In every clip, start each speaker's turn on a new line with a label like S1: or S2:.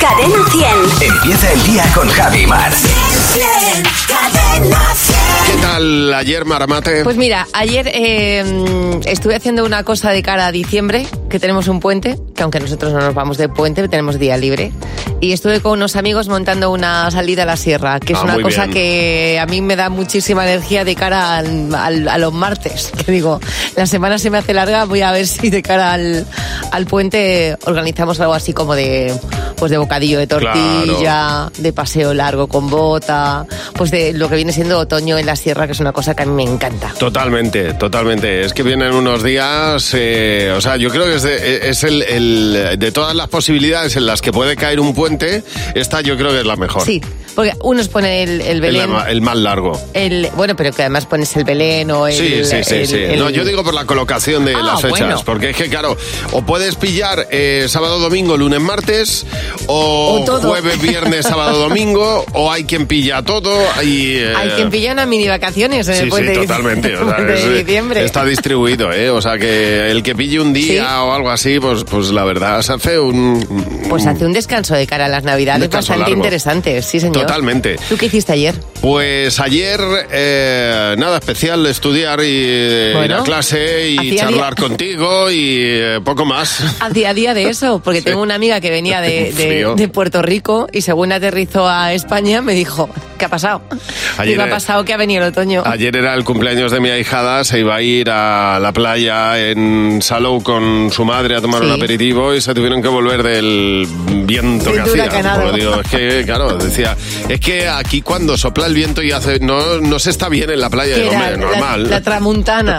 S1: Cadena 100.
S2: Empieza el día con Javi Mar.
S1: Cadena 100.
S3: ¿Qué tal ayer, Maramate?
S4: Pues mira, ayer eh, estuve haciendo una cosa de cara a diciembre, que tenemos un puente, que aunque nosotros no nos vamos de puente, tenemos día libre. Y estuve con unos amigos montando una salida a la sierra, que es
S3: Ah,
S4: una
S3: muy
S4: cosa
S3: bien.
S4: que a mí me da muchísima energía de cara al- al- a los martes. Que digo, la semana se me hace larga, voy a ver si de cara al, al puente organizamos algo así como de, pues de bocadillo de tortilla, de paseo largo con bota, pues de lo que viene siendo otoño en la sierra, que es una cosa que a mí me encanta.
S3: Totalmente, totalmente. Es que vienen unos días, eh, o sea, yo creo que es, de, es el, el- de todas las posibilidades en las que puede caer un puente, esta yo creo que es la mejor.
S4: Sí, porque unos pone el, el
S3: El,
S4: Belén.
S3: ama- el más largo.
S4: el- bueno, pero que además pones el Belén o el.
S3: sí, sí, sí.
S4: el-
S3: sí.
S4: el-
S3: no, yo digo por la colocación de
S4: Ah,
S3: las fechas,
S4: bueno.
S3: porque es que, claro, o puedes pillar eh, sábado, domingo, lunes, martes, o,
S4: O todo.
S3: jueves, viernes, sábado, domingo, o hay quien pilla todo. Y, eh,
S4: Hay quien pilla unas mini vacaciones en
S3: Sí,
S4: el
S3: sí,
S4: puente de-
S3: totalmente. o sea,
S4: puente de
S3: es-
S4: diciembre.
S3: Está distribuido, ¿eh? O sea, que el que pille un día
S4: Sí.
S3: o algo así, pues, pues la verdad, se hace un...
S4: Pues hace un descanso de cara a las Navidades
S3: Descanso
S4: bastante
S3: largo.
S4: interesante, sí, señor.
S3: Totalmente.
S4: ¿Tú qué hiciste ayer?
S3: Pues ayer, eh, nada especial, estudiar y eh,
S4: Bueno,
S3: ir a clase y
S4: hacía
S3: charlar
S4: día-
S3: contigo y eh, poco más.
S4: Hacía día de eso, porque tengo una amiga que venía de, de-
S3: Frío.
S4: de Puerto Rico y según aterrizó a España me dijo, ¿qué ha pasado?
S3: Ayer,
S4: Digo,
S3: eh,
S4: ha pasado que ha venido el otoño.
S3: Ayer era el cumpleaños de mi ahijada, se iba a ir a la playa en Salou con su madre a tomar
S4: Sí.
S3: un aperitivo y se tuvieron que volver del viento
S4: Del
S3: que hacía.
S4: huracanado.
S3: Como digo, es que, claro, decía, es que aquí cuando sopla el viento y hace, no, no se está bien en la playa,
S4: Que
S3: Digo,
S4: era
S3: hombre,
S4: la-
S3: normal.
S4: la tramuntana.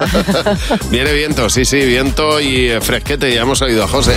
S3: Viene viento, sí, sí, viento y eh, fresquete, ya hemos oído a José.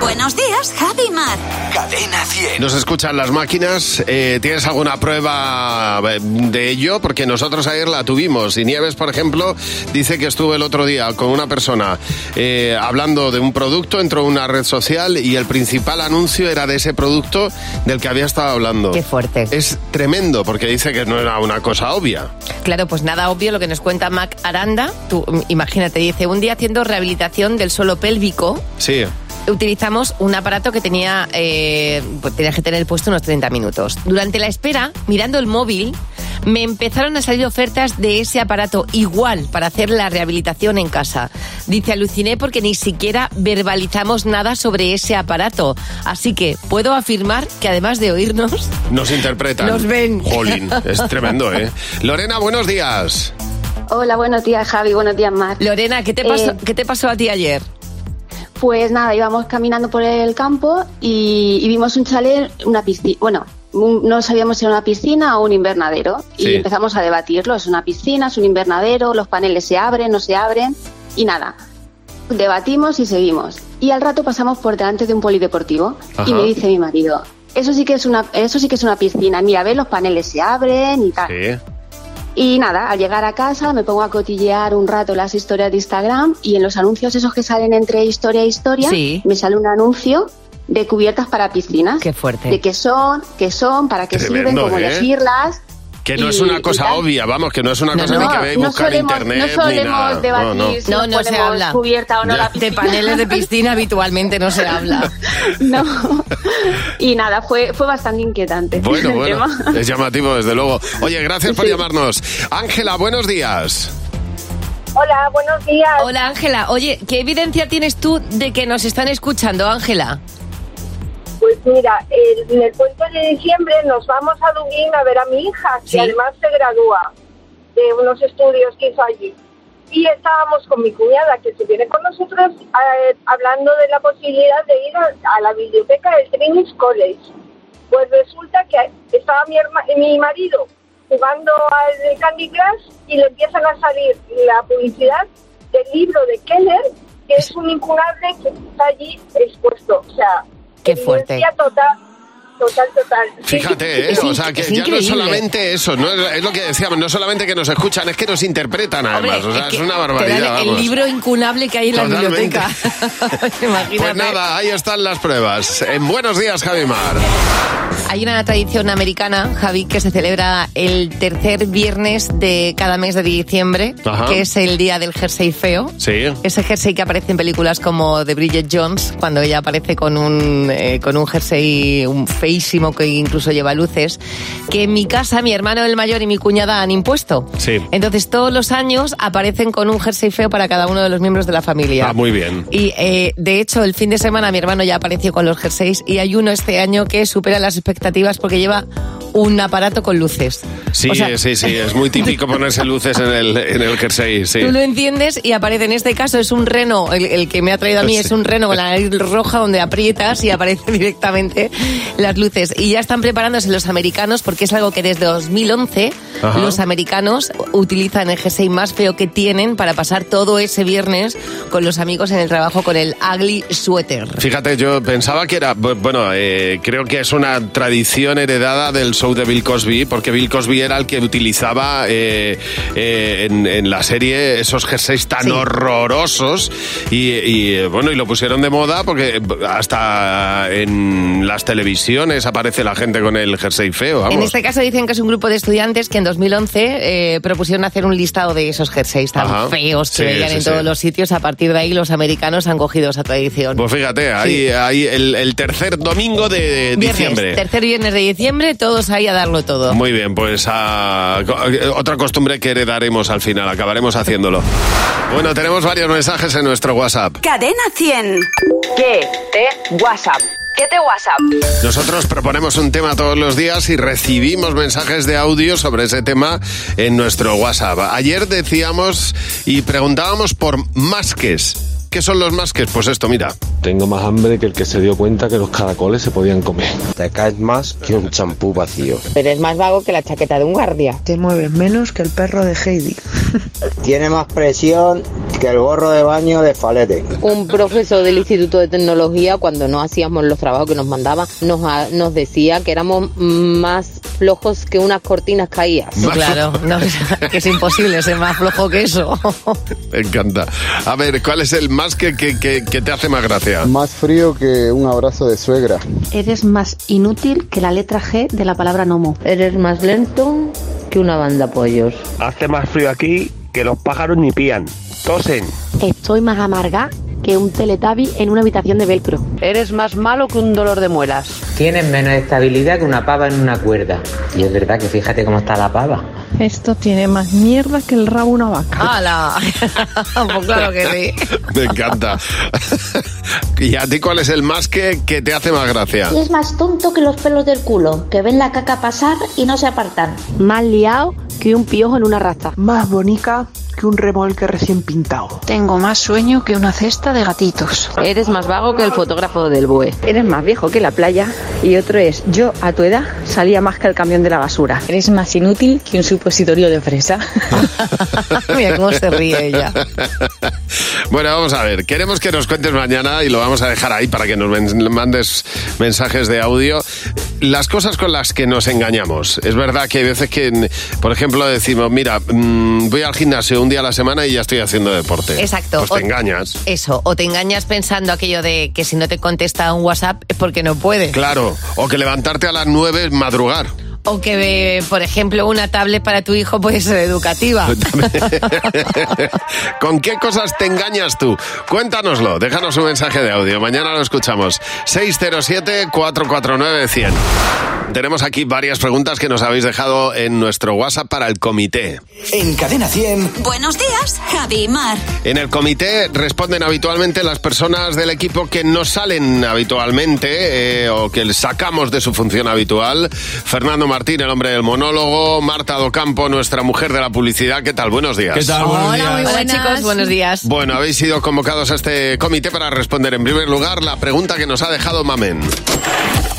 S1: Buenos días, Javi Mar.
S2: Cadena 100.
S3: Nos escuchan las máquinas. eh, ¿Tienes alguna prueba eh, de ello? Porque nosotros ayer la tuvimos. Y Nieves, por ejemplo, dice que estuvo el otro día con una persona eh, hablando de un producto, entró a una red social y el principal anuncio era de ese producto del que había estado hablando.
S4: Qué fuerte.
S3: Es tremendo porque dice que no era una cosa obvia.
S4: Claro, pues nada obvio lo que nos cuenta Mac Aranda. Tú mm, imagínate, dice, un día haciendo rehabilitación del suelo pélvico,
S3: Sí.
S4: utilizamos un aparato que tenía, eh, pues tenía que tener puesto unos 30 minutos. Durante la espera, mirando el móvil, me empezaron a salir ofertas de ese aparato igual para hacer la rehabilitación en casa. Dice, aluciné porque ni siquiera verbalizamos nada sobre ese aparato. Así que puedo afirmar que además de oírnos...
S3: Nos interpretan.
S4: Nos ven.
S3: Jolín, es tremendo, ¿eh? Lorena, buenos días.
S5: Hola, buenos días Javi, buenos días Mar.
S4: Lorena, ¿qué te
S5: Eh,
S4: pasó, ¿qué te pasó a ti ayer?
S5: Pues nada, íbamos caminando por el campo y, y vimos un chalet, una piscina, bueno, un- no sabíamos si era una piscina o un invernadero
S3: Sí.
S5: y empezamos a debatirlo, es una piscina, es un invernadero, los paneles se abren, no se abren y nada. Debatimos y seguimos. Y al rato pasamos por delante de un polideportivo
S3: Ajá.
S5: y me dice mi marido, eso sí que es una, eso sí que es una piscina, mira, ve, los paneles se abren y tal.
S3: Sí.
S5: Y nada, al llegar a casa me pongo a cotillear un rato las historias de Instagram y en los anuncios esos que salen entre historia e historia,
S4: Sí.
S5: me sale un anuncio de cubiertas para piscinas.
S4: Qué fuerte.
S5: De qué son, qué son, para qué sirven,
S3: Tremendo,
S5: cómo
S3: ¿eh?
S5: elegirlas.
S3: Que no
S5: y-
S3: es una
S5: y
S3: cosa
S5: tal.
S3: obvia, vamos, que no es una
S4: No,
S3: cosa
S4: no,
S3: ni que ve y
S5: no
S3: buscar
S5: solemos,
S3: internet
S5: no
S3: ni nada.
S5: solemos debatir
S3: No, no.
S5: si
S4: No,
S5: nos
S4: no se
S5: ponemos
S4: habla.
S5: cubierta o no la
S4: De
S5: piscina.
S4: paneles de piscina habitualmente no se habla.
S5: no. Y nada, fue, fue bastante inquietante
S3: Bueno,
S5: el
S3: bueno,
S5: tema.
S3: es llamativo, desde luego. Oye, gracias por
S5: Sí.
S3: llamarnos. Ángela, buenos días.
S6: Hola, buenos días.
S4: Hola Ángela, oye, ¿qué evidencia tienes tú de que nos están escuchando, Ángela?
S6: Pues mira, el- en el puente de diciembre nos vamos a Dublín a ver a mi hija,
S4: Sí.
S6: que además se gradúa de unos estudios que hizo allí. Y estábamos con mi cuñada, que se viene con nosotros, eh, hablando de la posibilidad de ir a, a la biblioteca del Trinity College. Pues resulta que estaba mi, herma- eh, mi marido jugando al Candy Crush y le empiezan a salir la publicidad del libro de Keller, que es un incurable que está allí expuesto. O sea,
S4: Qué
S6: evidencia
S4: fuerte.
S6: total total, total.
S3: Fíjate, ¿eh?
S4: Es
S3: o
S4: in-
S3: sea, que
S4: es
S3: ya no
S4: increíble.
S3: es solamente eso, no es, es lo que decíamos, no solamente que nos escuchan, es que nos interpretan además,
S4: Hombre,
S3: o sea, es,
S4: que
S3: una
S4: Te
S3: barbaridad.
S4: dan el
S3: vamos.
S4: libro incunable que hay en
S3: Totalmente.
S4: la biblioteca. Imagínate.
S3: Pues nada, ahí están las pruebas. En buenos días, Javimar.
S4: Hay una tradición americana, Javi, que se celebra el tercer viernes de cada mes de diciembre,
S3: Ajá.
S4: que es el día del jersey feo.
S3: Sí.
S4: Ese jersey que aparece en películas como de Bridget Jones, cuando ella aparece con un, eh, con un jersey un feísimo que incluso lleva luces, que en mi casa mi hermano el mayor y mi cuñada han impuesto.
S3: Sí.
S4: Entonces todos los años aparecen con un jersey feo para cada uno de los miembros de la familia.
S3: Ah, muy bien.
S4: Y eh, de hecho, el fin de semana mi hermano ya apareció con los jerseys y hay uno este año que supera las expectativas porque lleva un aparato con luces.
S3: Sí,
S4: O sea,
S3: sí, sí, es muy típico ponerse luces en el, en el jersey, sí.
S4: Tú lo entiendes y aparece en este caso, es un reno, el, el que me ha traído a mí
S3: Sí.
S4: es un reno con la nariz roja donde aprietas y aparece directamente las luces. Y ya están preparándose los americanos porque es algo que desde 2011
S3: Ajá.
S4: los americanos utilizan el jersey más feo que tienen para pasar todo ese viernes con los amigos en el trabajo con el ugly sweater.
S3: Fíjate, yo pensaba que era, bu- bueno, eh, creo que es una tradición heredada del show de Bill Cosby, porque Bill Cosby era el que utilizaba eh, eh, en, en la serie esos jerseys tan
S4: Sí.
S3: horrorosos y, y, eh, bueno, y lo pusieron de moda porque eh, hasta en las televisiones aparece la gente con el jersey feo, vamos.
S4: En este caso dicen que es un grupo de estudiantes que en 2011 eh, propusieron hacer un listado de esos jerseys tan
S3: Ajá.
S4: feos que
S3: Sí,
S4: veían
S3: sí,
S4: en
S3: sí.
S4: todos los sitios. A partir de ahí los americanos han cogido esa tradición.
S3: Pues fíjate, ahí, ahí el, el tercer domingo de
S4: Viernes,
S3: diciembre.
S4: Tercer viernes de diciembre, todos ahí a darlo todo.
S3: Muy bien, pues ah, co- eh, otra costumbre que heredaremos al final, acabaremos haciéndolo. Bueno, tenemos varios mensajes en nuestro WhatsApp.
S1: Cadena 100.
S7: ¿Qué te WhatsApp? ¿Qué te WhatsApp?
S3: Nosotros proponemos un tema todos los días y recibimos mensajes de audio sobre ese tema en nuestro WhatsApp. Ayer decíamos y preguntábamos por masques. ¿Qué son los masques? Pues esto, mira.
S8: Tengo más hambre que el que se dio cuenta que los caracoles se podían comer. Te caes más que un champú vacío.
S7: Eres más vago que la chaqueta de un guardia.
S9: Te mueves menos que el perro de Heidi.
S10: Tiene más presión que el gorro de baño de Falete.
S7: Un profesor del Instituto de Tecnología, cuando no hacíamos los trabajos que nos mandaba, nos, ha- nos decía que éramos más flojos que unas cortinas caídas.
S4: Sí, Claro, no, que es imposible ser más flojo que eso.
S3: Me encanta. A ver, ¿cuál es el masque que, que- que te hace más gracia?
S10: Más frío que un abrazo de suegra.
S5: Eres más inútil que la letra G de la palabra nomo.
S7: Eres más lento que una banda pollos.
S11: Hace más frío aquí que los pájaros ni pían. Tosen.
S5: Estoy más amarga que un teletabi en una habitación de velcro.
S7: Eres más malo que un dolor de muelas.
S9: Tienes menos estabilidad que una pava en una cuerda. Y es verdad que fíjate cómo está la pava.
S7: Esto tiene más mierda que el rabo una vaca.
S4: ¡Hala! pues claro que sí.
S3: Me encanta. ¿Y a ti cuál es el masque que te hace más gracia?
S5: es más tonto que los pelos del culo, que ven la caca pasar y no se apartan. Más liado que un piojo en una raza.
S9: Más bonita que un remolque recién pintado.
S7: Tengo más sueño que una cesta de gatitos. Eres más vago que el fotógrafo del BUE. Eres más viejo que la playa. Y otro es, yo a tu edad salía más que el camión de la basura.
S9: Eres más inútil que un supositorio de fresa.
S4: Mira cómo se ríe ella.
S3: Bueno, vamos a ver. Queremos que nos cuentes mañana y lo vamos a dejar ahí para que nos men- mandes mensajes de audio. Las cosas con las que nos engañamos. Es verdad que hay veces que, por ejemplo, decimos, mira, mm, voy al gimnasio un día a la semana y ya estoy haciendo deporte.
S4: Exacto.
S3: Pues
S4: O-
S3: te engañas.
S4: Eso, o te engañas pensando aquello de que si no te contesta un WhatsApp es porque no puede.
S3: Claro. O que levantarte a las 9 es madrugar.
S4: O que, eh, por ejemplo, una tablet para tu hijo puede ser educativa.
S3: ¿Con qué cosas te engañas tú? Cuéntanoslo. Déjanos un mensaje de audio. Mañana lo escuchamos. 607-449-100. Tenemos aquí varias preguntas que nos habéis dejado en nuestro WhatsApp para el comité.
S2: En Cadena 100.
S1: Buenos días, Javi y Mar.
S3: En el comité responden habitualmente las personas del equipo que no salen habitualmente eh, o que sacamos de su función habitual. Fernando Martín, el hombre del monólogo. Marta Docampo, nuestra mujer de la publicidad. ¿Qué tal? Buenos días.
S4: Hola chicos, buenos días.
S3: Bueno, habéis sido convocados a este comité para responder en primer lugar la pregunta que nos ha dejado Mamen.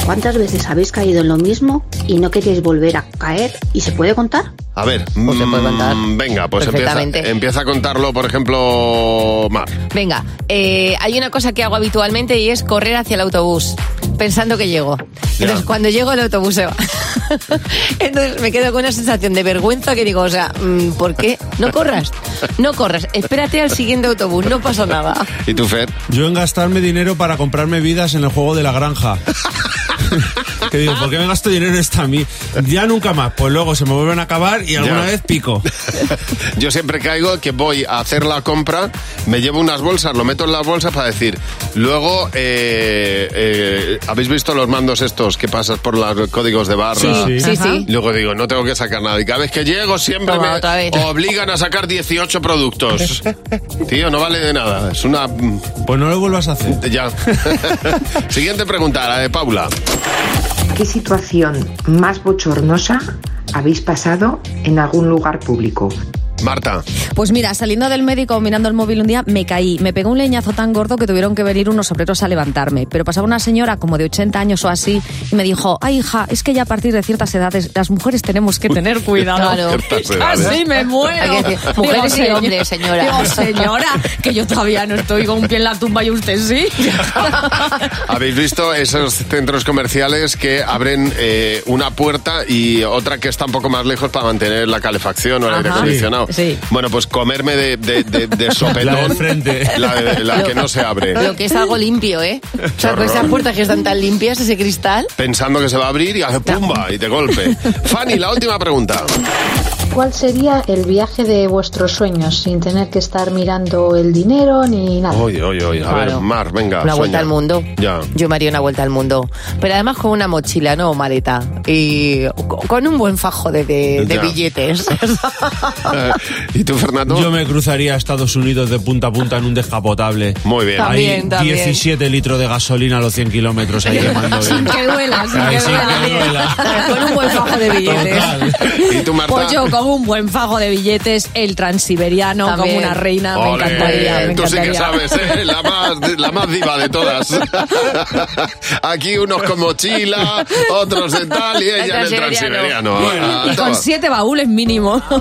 S5: ¿Cuántas veces habéis caído en lo mismo y no queréis volver a caer? ¿Y se puede contar?
S3: A ver,
S4: Pues se puede
S3: mm,
S4: contar.
S3: venga, pues empieza,
S4: Perfectamente.
S3: empieza a contarlo, por ejemplo, Mar.
S4: Venga, eh, hay una cosa que hago habitualmente y es correr hacia el autobús, pensando que llego. Entonces, cuando llego al autobús se va. Entonces, me quedo con una sensación de vergüenza que digo, o sea, mm, ¿por qué? No corras, no corras, espérate al siguiente autobús, no pasa nada.
S3: ¿Y tú, Fer?
S12: Yo en gastarme dinero para comprarme vidas en el juego de la granja. que digo, ¿por qué me gasto dinero en esta a mí? Ya nunca más. Pues luego se me vuelven a acabar y alguna
S3: Ya.
S12: vez pico.
S3: Yo siempre caigo que voy a hacer la compra, me llevo unas bolsas, lo meto en las bolsas para decir, luego, eh, eh, ¿habéis visto los mandos estos que pasas por los códigos de barra?
S4: Sí, sí. Sí, Ajá. sí.
S3: Luego digo, no tengo que sacar nada. Y cada vez que llego siempre
S4: Toma,
S3: me
S4: otra vez.
S3: obligan a sacar 18 productos. Tío, no vale de nada. Es una...
S12: Pues no lo vuelvas a hacer.
S3: Ya. Siguiente pregunta, la de Paula.
S13: ¿Qué situación más bochornosa habéis pasado en algún lugar público?
S3: Marta.
S14: Pues mira, saliendo del médico mirando el móvil un día, me caí. Me pegó un leñazo tan gordo que tuvieron que venir unos obreros a levantarme. Pero pasaba una señora como de 80 años o así y me dijo, ay hija, es que ya a partir de ciertas edades las mujeres tenemos que tener cuidado.
S4: Claro.
S14: Casi
S4: Ah,
S14: me muero.
S4: Hay que decir, mujeres y
S14: "Señor-
S4: hombres, señora".
S14: Digo, señora, que yo todavía no estoy con un pie en la tumba y usted sí.
S3: ¿Habéis visto esos centros comerciales que abren eh, una puerta y otra que está un poco más lejos para mantener la calefacción o el aire
S14: Ajá.
S3: acondicionado?
S14: Sí, sí.
S3: Bueno, pues comerme de, de, de- de sopetón.
S12: La del frente.
S3: La, de- la que no se abre.
S4: Lo que es algo limpio, ¿eh? O sea, con esas puertas que están tan limpias, ese cristal.
S3: Pensando que se va a abrir y hace pumba y te golpe. Fanny, la última pregunta.
S15: ¿Cuál sería el viaje de vuestros sueños sin tener que estar mirando el dinero ni nada?
S3: Oye, oye, oye. A ver,
S4: Claro.
S3: Mar, venga.
S4: Una vuelta
S3: sueña.
S4: al mundo.
S3: Ya.
S4: Yo me haría una vuelta al mundo. Pero además con una mochila, ¿no? Maleta. Y co- con un buen fajo de, de- de
S12: Ya.
S4: billetes.
S3: ¿Y tú, Fernando?
S12: Yo me cruzaría a Estados Unidos de punta a punta en un descapotable. Muy
S4: bien. También,
S12: Hay
S4: también.
S12: 17 litros de gasolina a los 100 kilómetros ahí quemando.
S14: Sin que duela, sin
S12: Ay,
S14: que
S12: sin
S14: duela.
S12: que duela.
S14: Con un buen fajo de billetes.
S3: ¿Y tú, Marta?
S14: Pues yo con un buen fajo de billetes, el transiberiano
S4: También.
S14: como una
S4: Ah,
S14: reina, me
S3: Ole,
S14: encantaría. me
S3: Tú sí que
S14: encantaría.
S3: sabes, ¿eh? la, más, la más diva de todas. Aquí unos con mochila, otros de tal y ella en el transiberiano. Ah,
S14: Y
S3: toma.
S14: con siete baúles mínimo.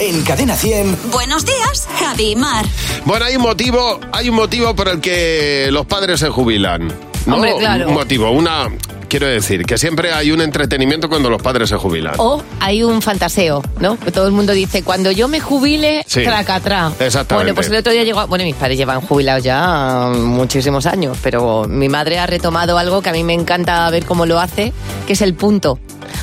S2: En Cadena 100.
S1: Buenos días, Javi y Mar.
S3: Bueno, hay un motivo, hay un motivo por el que los padres se jubilan. ¿no?
S1: Hombre, claro.
S3: Un motivo, una quiero decir que siempre hay un entretenimiento cuando los padres se jubilan.
S4: O hay un fantaseo, ¿no? Que Todo el mundo dice, cuando yo me jubile,
S3: Sí.
S4: tracatrá.
S3: Exactamente.
S4: Bueno, pues el otro día llegó... Bueno, mis padres llevan jubilados ya muchísimos años, pero mi madre ha retomado algo que a mí me encanta ver cómo lo hace, que es el punto.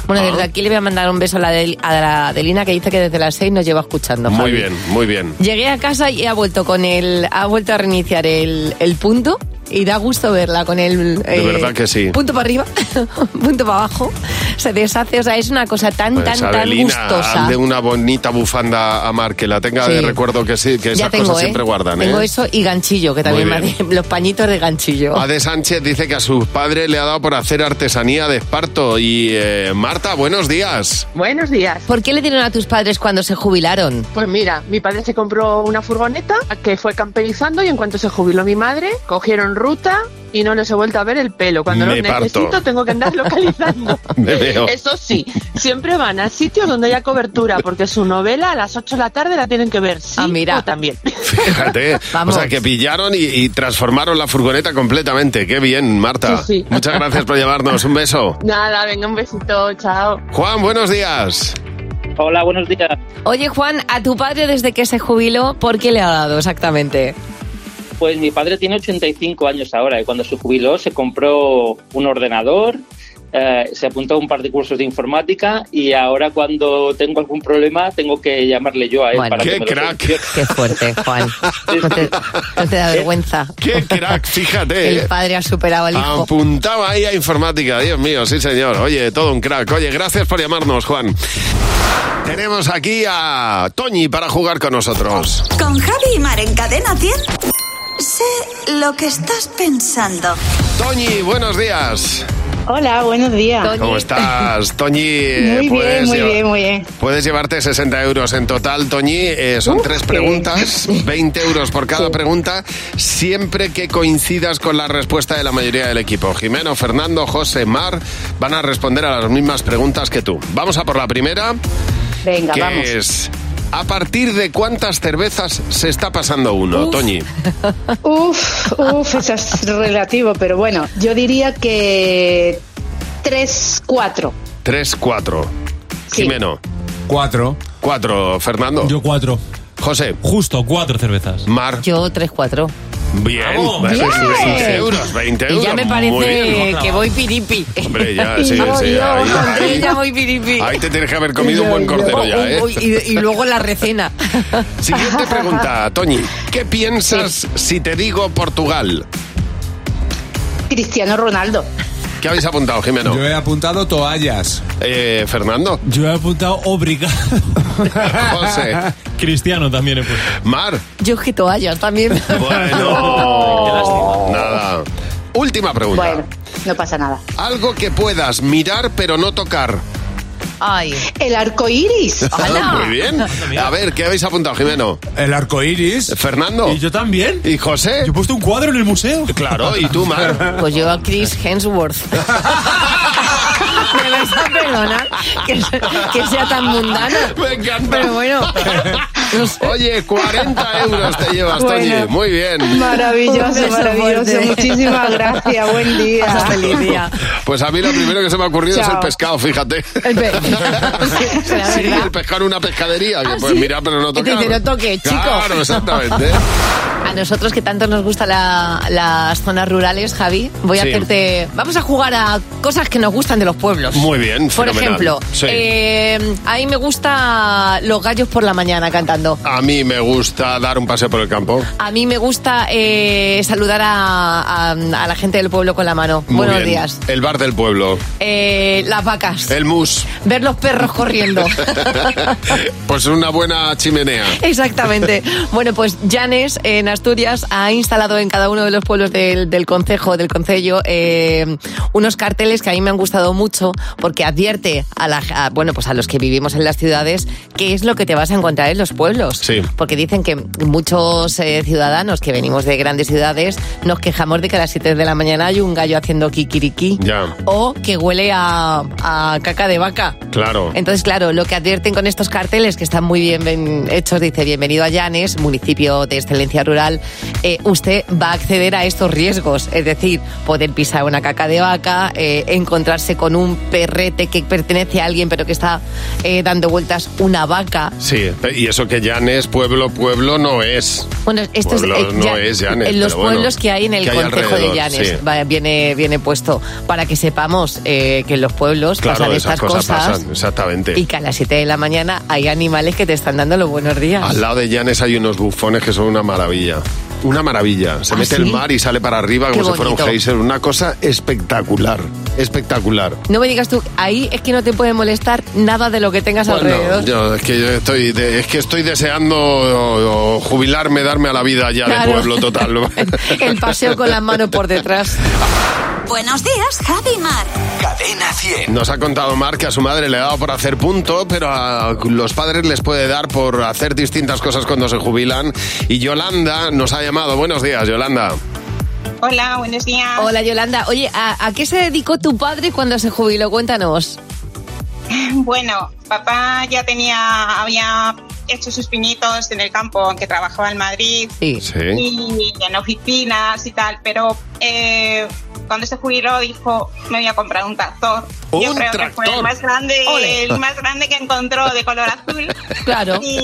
S4: Bueno,
S3: Ah.
S4: desde aquí le voy a mandar un beso a la, Del- a la Adelina, que dice que desde las seis nos lleva escuchando. Javi.
S3: muy bien, muy bien.
S4: Llegué a casa y ha vuelto con el... Ha vuelto a reiniciar el, el punto y da gusto verla con el... eh,
S3: De verdad que sí.
S4: Punto para arriba, punto para abajo. Se deshace, o sea, es una cosa tan,
S3: Pues
S4: tan, tan
S3: Adelina,
S4: gustosa.
S3: hazle una bonita bufanda a Mar, que la tenga de
S4: Sí.
S3: recuerdo que sí, que esas
S4: ya tengo,
S3: cosas
S4: ¿eh?
S3: siempre guardan.
S4: Tengo
S3: ¿eh?
S4: eso y ganchillo, que también me hace- los pañitos de ganchillo.
S3: Ade Sánchez dice que a sus padres le ha dado por hacer artesanía de esparto. Y eh, Marta, buenos días.
S16: Buenos días.
S4: ¿Por qué le dieron a tus padres cuando se jubilaron?
S16: Pues mira, mi padre se compró una furgoneta que fue camperizando y en cuanto se jubiló mi madre, cogieron ruta y no les he vuelto a ver el pelo. Cuando
S3: Me
S16: los necesito
S3: parto.
S16: tengo que andar localizando.
S3: Me veo.
S16: Eso sí, siempre van a sitios donde haya cobertura porque su novela a las 8 de la tarde la tienen que ver. Sí,
S4: Ah,
S16: mira. también.
S3: Fíjate. o
S16: Vamos.
S3: sea, que pillaron y, y transformaron la furgoneta completamente. Qué bien, Marta.
S16: Sí, sí.
S3: Muchas gracias por llamarnos. Un beso.
S16: Nada, venga, un besito, chao.
S3: Juan, buenos días.
S17: Hola, buenos días.
S4: Oye, Juan, a tu padre desde que se jubiló, ¿por qué le ha dado exactamente?
S17: Pues mi padre tiene 85 años ahora y cuando se jubiló se compró un ordenador, eh, se apuntó a un par de cursos de informática y ahora cuando tengo algún problema tengo que llamarle yo a él para que me lo solucione.
S4: ¡Qué fuerte, Juan! No te, no te da vergüenza.
S3: ¡Qué crack! Fíjate.
S4: El padre ha superado
S3: Ah.
S4: al hijo.
S3: Apuntaba ahí a informática, Dios mío, sí señor. Oye, todo un crack. Oye, gracias por llamarnos, Juan. Tenemos aquí a Toñi para jugar con nosotros.
S1: Con Javi y Mar en Cadena 100. Sé lo que estás pensando.
S3: Toñi, buenos días.
S18: Hola, buenos días.
S3: ¿Cómo estás, Toñi? eh,
S18: Muy bien,
S3: puedes
S18: muy
S3: llevar-
S18: bien, muy bien.
S3: Puedes llevarte 60 euros en total, Toñi. Eh, son
S18: Uf,
S3: tres
S18: qué
S3: preguntas, 20 euros por cada pregunta, siempre que coincidas con la respuesta de la mayoría del equipo. Jimeno, Fernando, José, Mar van a responder a las mismas preguntas que tú. Vamos a por la primera,
S18: Venga,
S3: que
S18: vamos.
S3: es... ¿A partir de cuántas cervezas se está pasando uno, Toñi?
S18: Uf, uf, eso es relativo, pero bueno, yo diría que Tres, cuatro.
S3: 3, 4.
S18: Sí.
S3: Jimeno.
S12: 4.
S3: 4. Fernando. Yo
S12: 4.
S3: José.
S19: Justo, cuatro cervezas.
S3: Mar.
S4: Yo 3-4.
S3: Bien.
S4: ¡Bravo!
S3: Vale,
S4: ¡Bien!
S3: 20 euros, 20 euros.
S4: Y ya me
S3: Muy bien.
S4: parece que voy piripi.
S3: Hombre, ya,
S4: Y
S3: sí,
S4: yo,
S3: sí,
S4: yo,
S3: ahí,
S4: con
S3: ahí.
S4: tres ya voy piripi.
S3: Ahí te tienes que haber comido un buen cordero ya, ¿eh?
S4: Uy, y, y luego la recena.
S3: Siguiente pregunta, Toñi. ¿Qué piensas si te digo Portugal?
S18: Cristiano Ronaldo.
S3: ¿Qué habéis apuntado, Jimeno?
S12: Yo he apuntado toallas.
S3: Eh, Fernando.
S12: Yo he apuntado obrigado.
S3: José.
S19: Cristiano también he puesto.
S3: Mar.
S4: Yo es que toallas también.
S3: Bueno. Nada. Última pregunta.
S18: Bueno, no pasa nada.
S3: Algo que puedas mirar pero no tocar.
S4: Ay.
S18: El arco iris.
S3: Muy bien. A ver, ¿qué habéis apuntado, Jimeno?
S12: El arco iris.
S3: Fernando.
S12: Y yo también.
S3: ¿Y José?
S12: Yo he puesto un cuadro en el museo.
S3: Claro, ¿y tú, Mar?
S4: Pues yo a Chris Hemsworth. Me vais a perdonar que, que sea tan mundano.
S3: Me encanta.
S4: Pero bueno.
S3: Oye, 40 euros te llevas,
S4: Bueno.
S3: Toñi. Muy bien.
S18: Maravilloso,
S4: Un beso
S18: maravilloso.
S4: fuerte.
S18: Muchísimas gracias. Buen día.
S4: Pasas feliz día.
S3: Pues a mí lo primero que se me ha ocurrido es
S18: Chao.
S3: el pescado, fíjate. Sí, el pescado en una pescadería. Que
S4: Ah,
S3: puedes
S4: ¿sí?
S3: mirar, pero no
S4: Que te
S3: tocar.
S4: dice, no toque, chico.
S3: Claro, exactamente.
S4: A nosotros que tanto nos gustan las zonas rurales, Javi, voy a
S3: Sí.
S4: hacerte. Vamos a jugar a cosas que nos gustan de los pueblos.
S3: Muy bien,
S4: Por
S3: fenomenal.
S4: ejemplo,
S3: Sí.
S4: eh, a mí me gusta los gallos por la mañana cantando.
S3: A mí me gusta dar un paseo por el campo.
S4: A mí me gusta eh, saludar a, a- a la gente del pueblo con la mano.
S3: Muy
S4: Buenos
S3: bien.
S4: días.
S3: El bar del pueblo.
S4: Eh, las vacas.
S3: El mus.
S4: Ver los perros corriendo.
S3: pues una buena chimenea.
S4: Exactamente. Bueno, pues Llanes en Asturias ha instalado en cada uno de los pueblos del, del concejo, del concello, eh, unos carteles que a mí me han gustado mucho porque advierte a la, a, bueno, pues a los que vivimos en las ciudades qué es lo que te vas a encontrar en los pueblos.
S3: Sí.
S4: Porque dicen que muchos eh, ciudadanos que venimos de grandes ciudades nos quejamos de que a las 7 de la mañana hay un gallo haciendo kikiriki
S3: Ya,
S4: o que huele a, a caca de vaca.
S3: claro.
S4: Entonces, claro, lo que advierten con estos carteles, que están muy bien, ven- hechos, dice, bienvenido a Llanes, municipio de excelencia rural, eh, usted va a acceder a estos riesgos, es decir, poder pisar una caca de vaca, eh, encontrarse con un perrete que pertenece a alguien pero que está eh, dando vueltas una vaca.
S3: Sí, y eso que Llanes, pueblo, pueblo no es.
S4: Bueno, esto
S3: Pueblos
S4: es, eh,
S3: no
S4: ya-
S3: es Llanes,
S4: en los
S3: pero bueno,
S4: pueblos que hay en el
S3: que hay
S4: concejo de
S3: alrededor,
S4: Llanes.
S3: sí.
S4: Va- viene, viene puesto para que sepamos eh, que en los pueblos pasan
S3: Claro,
S4: estas
S3: esas cosas, pasan, exactamente.
S4: Y que a las 7 de la mañana hay animales que te están dando los buenos días.
S3: Al lado de Llanes hay unos bufones que son una maravilla. Una maravilla. Se
S4: ¿Ah,
S3: mete el
S4: sí?
S3: mar y sale para arriba
S4: Qué
S3: como si fuera un
S4: bonito.
S3: geyser. Una cosa espectacular. Espectacular.
S4: No me digas tú, ahí es que no te puede molestar nada de lo que tengas
S3: Bueno,
S4: alrededor.
S3: yo, es que yo estoy, de- es que estoy deseando o- o jubilarme, darme a la vida ya
S4: Claro.
S3: de pueblo total.
S4: El paseo con las manos por detrás.
S1: Buenos días, Javi Mar. Cadena 100.
S3: Nos ha contado Mar que a su madre le ha dado por hacer punto, pero a los padres les puede dar por hacer distintas cosas cuando se jubilan. Y Yolanda nos ha llamado. Buenos días, Yolanda.
S20: Hola, buenos días.
S4: Hola Yolanda, oye, ¿a, a qué se dedicó tu padre cuando se jubiló? Cuéntanos.
S20: Bueno, papá ya tenía, había hecho sus pinitos en el campo, aunque trabajaba en Madrid
S4: Sí.
S20: y en oficinas y tal, pero eh, cuando se jubiló dijo, me voy a comprar un tractor. Yo
S3: ¿Un
S20: creo que fue
S3: tractor?
S20: el más grande,
S3: Ole.
S20: el más grande que encontró de color azul.
S4: Claro.
S20: Y,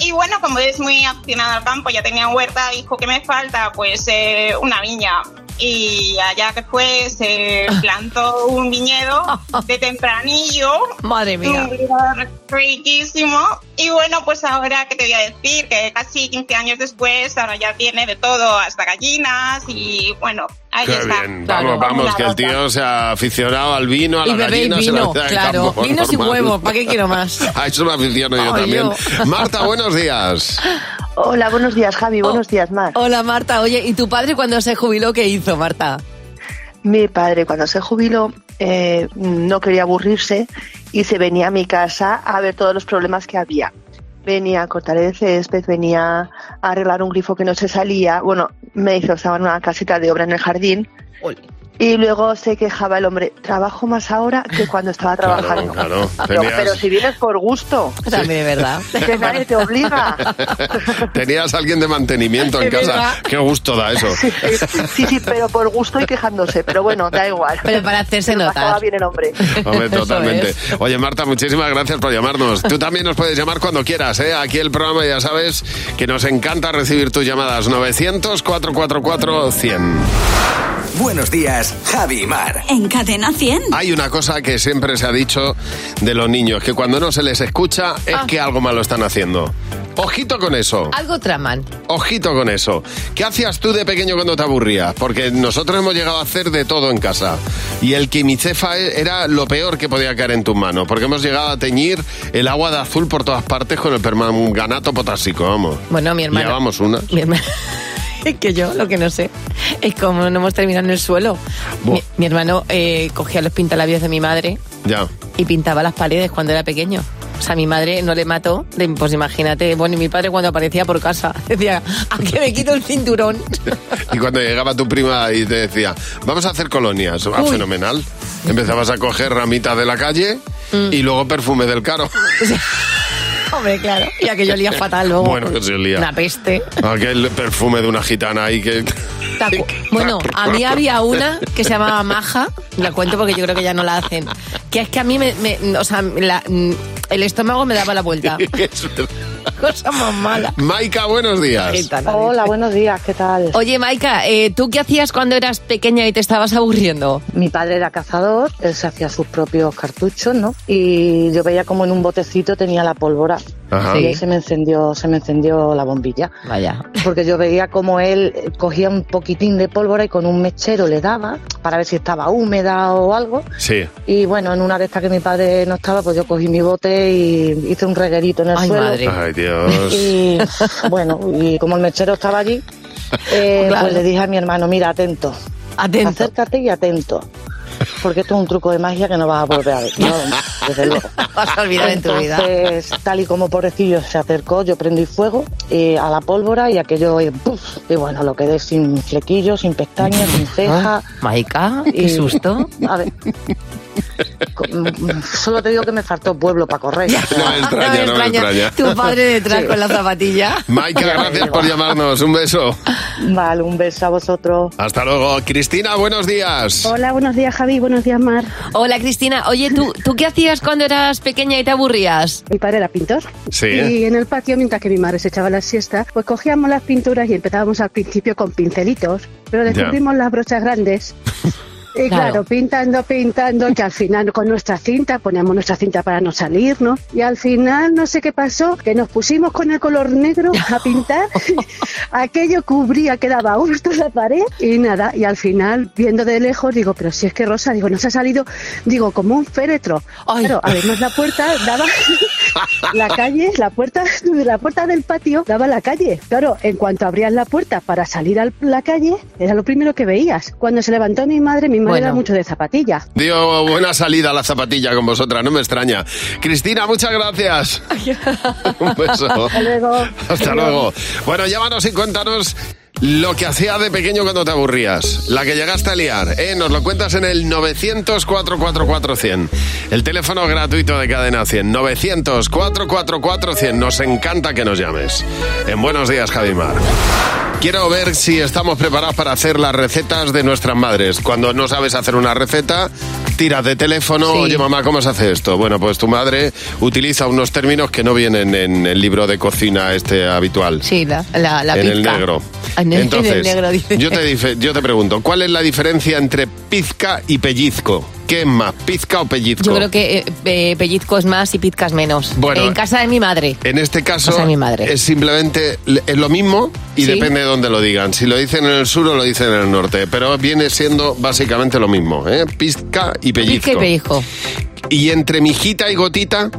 S20: y bueno, como es muy aficionado al campo, ya tenía huerta, dijo, ¿qué me falta? Pues eh, una viña. Y allá que fue, se
S4: Ah.
S20: plantó un viñedo de tempranillo.
S4: Madre mía.
S20: Un viñedo riquísimo. Y bueno, pues ahora, ¿qué te voy a decir? Que casi 15 años después, ahora ya tiene de todo, hasta gallinas. Y bueno, ahí
S3: Qué
S20: está.
S3: bien. Vamos, vamos, que el tío se ha aficionado al vino, a
S4: Y
S3: la
S4: bebé y
S3: gallina, se
S4: vino,
S3: la da en
S4: claro.
S3: campo,
S4: Vinos y
S3: normal.
S4: huevos, ¿para qué quiero más?
S3: A eso me aficiono yo
S4: Ay,
S3: también.
S4: yo.
S3: Marta, buenos días.
S21: Hola, buenos días, Javi. Buenos días, Mar.
S4: Oh, Hola Marta, oye, ¿y tu padre cuando se jubiló qué hizo, Marta?
S21: Mi padre, cuando se jubiló, eh, no quería aburrirse y se venía a mi casa a ver todos los problemas que había. Venía a cortar el césped, venía a arreglar un grifo que no se salía. Bueno, me hizo, estaba en una casita de obra en el jardín. Y luego se quejaba el hombre, trabajo más ahora que cuando estaba trabajando.
S3: claro.
S21: Pero,
S3: Tenías-
S21: pero si vienes por gusto.
S3: También es verdad.
S21: Que nadie te obliga.
S3: Tenías a alguien de mantenimiento en
S21: Es
S3: casa.
S21: verdad.
S3: Qué gusto da eso.
S21: Sí, sí, pero por gusto y quejándose. Pero bueno, da igual. Pero
S4: para hacerse
S21: notar. bien el hombre.
S3: Hombre,
S21: Eso
S3: totalmente.
S21: es.
S3: Oye, Marta, muchísimas gracias por llamarnos. Tú también nos puedes llamar cuando quieras, ¿eh? Aquí el programa, ya sabes, que nos encanta recibir tus llamadas. 900-444-100.
S2: Buenos días, Javi Mar.
S1: En Cadena 100.
S3: Hay una cosa que siempre se ha dicho de los niños, que cuando no se les escucha es que algo malo están haciendo. Ojito con eso.
S4: Ah. Algo traman.
S3: Ojito con eso. ¿Qué hacías tú de pequeño cuando te aburrías? Porque nosotros hemos llegado a hacer de todo en casa. Y el quimicefa e- era lo peor que podía caer en tus manos. Porque hemos llegado a teñir el agua de azul por todas partes con el permanganato potásico, vamos.
S4: Bueno, mi hermano.
S3: Llevamos una.
S4: Mi hermana- Es que yo lo que no sé es cómo no hemos terminado en el suelo. Mi, mi hermano eh, cogía los pintalabios de mi madre
S3: Ya.
S4: y pintaba las paredes cuando era pequeño. O sea, mi madre no le mató, de- pues imagínate, bueno, y mi padre cuando aparecía por casa decía, ¿a qué me quito el cinturón?
S3: Y cuando llegaba tu prima y te decía, vamos a hacer colonias, Ah,
S4: Uy.
S3: fenomenal. Empezabas a coger ramitas de la calle
S4: Mm.
S3: y luego perfume del caro.
S4: Hombre, claro, y aquello olía fatal luego.
S3: Bueno, que se olía.
S4: Una peste.
S3: Aquel perfume de una gitana ahí que...
S4: Te acu- Bueno, a mí había una que se llamaba Maja, la cuento porque yo creo que ya no la hacen, que es que a mí, me, me- o sea, la- mm, el estómago me daba la vuelta.
S3: Es verdad.
S4: Cosa más mala.
S3: Maika, buenos días.
S4: Hola, buenos días, ¿qué tal? Oye, Maika, eh, ¿tú qué hacías cuando eras pequeña y te estabas aburriendo?
S6: Mi padre era cazador, él se hacía sus propios cartuchos, ¿no? Y yo veía como en un botecito tenía la pólvora.
S22: Ajá.
S6: Y
S22: Sí.
S6: ahí se me encendió, se me encendió la bombilla.
S4: Vaya.
S6: Porque yo veía como él cogía un poquitín de pólvora y con un mechero le daba para ver si estaba húmeda o algo.
S3: Sí.
S6: Y bueno, en una de estas que mi padre no estaba, pues yo cogí mi bote y hice un reguerito en el
S3: Ay,
S6: suelo.
S3: madre. Ay, Dios.
S6: Y bueno, y como el mechero estaba allí, eh,
S4: Claro.
S6: pues le dije a mi hermano, mira, atento.
S4: Atento.
S6: Acércate y atento. Porque esto es un truco de magia que no vas a volver a ver. No, desde luego.
S4: Vas a olvidar en tu vida.
S6: Entonces, tal y como pobrecillo se acercó, yo prendí fuego eh, a la pólvora y aquello, eh, ¡puf! y bueno, lo quedé sin flequillos, sin pestañas, sin ceja.
S4: Maika, Ah, qué
S6: Y-
S4: susto.
S6: A ver. Co- mm, Solo te digo que me faltó pueblo para correr.
S3: No me extraña, no me extraña.
S4: Tu padre detrás
S6: Sí.
S4: con la zapatilla.
S3: Maika, gracias por llamarnos. Un beso.
S6: Vale, un beso a vosotros.
S3: Hasta luego. Cristina, buenos días.
S22: Hola, buenos días Javi, buenos días Mar.
S4: Hola, Cristina. Oye, ¿tú, ¿tú qué hacías cuando eras pequeña y te aburrías?
S22: Mi padre era pintor.
S3: Sí. ¿eh?
S22: Y en el patio, mientras que mi madre se echaba la siesta, pues cogíamos las pinturas y empezábamos al principio con pincelitos, pero
S23: Ya.
S22: descubrimos las brochas grandes. Y
S23: Claro.
S22: claro, pintando, pintando, que al final con nuestra cinta, poníamos nuestra cinta para no salirnos, y al final no sé qué pasó, que nos pusimos con el color negro a pintar, aquello cubría, quedaba a gusto la pared, y nada, y al final, viendo de lejos, digo, pero si es que Rosa, digo, nos ha salido, digo, como un féretro. Claro, abrimos la puerta, daba la calle, la puerta, la puerta del patio daba a la calle. Claro, en cuanto abrías la puerta para salir a la calle, era lo primero que veías. Cuando se levantó mi madre, mi madre
S3: Bueno.
S22: era mucho de zapatilla.
S3: Dio buena salida a la zapatilla con vosotras, no me extraña. Cristina, muchas gracias. Un beso.
S22: Hasta luego.
S3: Hasta luego. Bueno, llámanos y cuéntanos lo que hacías de pequeño cuando te aburrías. La que llegaste a liar, ¿eh? Nos lo cuentas en el 900-444-100. El teléfono gratuito de Cadena 100. 900-444-100. Nos encanta que nos llames. En Buenos Días, Javimar. Quiero ver si estamos preparados para hacer las recetas de nuestras madres. Cuando no sabes hacer una receta, tiras de teléfono, oye mamá, ¿cómo se hace esto? Bueno, pues tu madre utiliza unos términos que no vienen en el libro de cocina este habitual.
S4: Sí, la, la, la
S3: en el
S4: pizca.
S3: negro.
S4: En el, en el
S3: Entonces,
S4: negro, dice.
S3: yo, te dife- yo te pregunto, ¿cuál es la diferencia entre pizca y pellizco? ¿Qué es más, pizca o pellizco?
S4: Yo creo que eh, eh, pellizco es más y pizcas menos.
S3: Bueno.
S4: en casa de mi madre.
S3: En este caso
S4: Cosa de mi madre.
S3: es simplemente l- es lo mismo y
S4: Sí.
S3: depende de dónde lo digan. Si lo dicen en el sur o lo dicen en el norte, pero viene siendo básicamente lo mismo, ¿eh? Pizca y pellizco.
S4: Pizca y pellizco.
S3: Y entre mijita y gotita,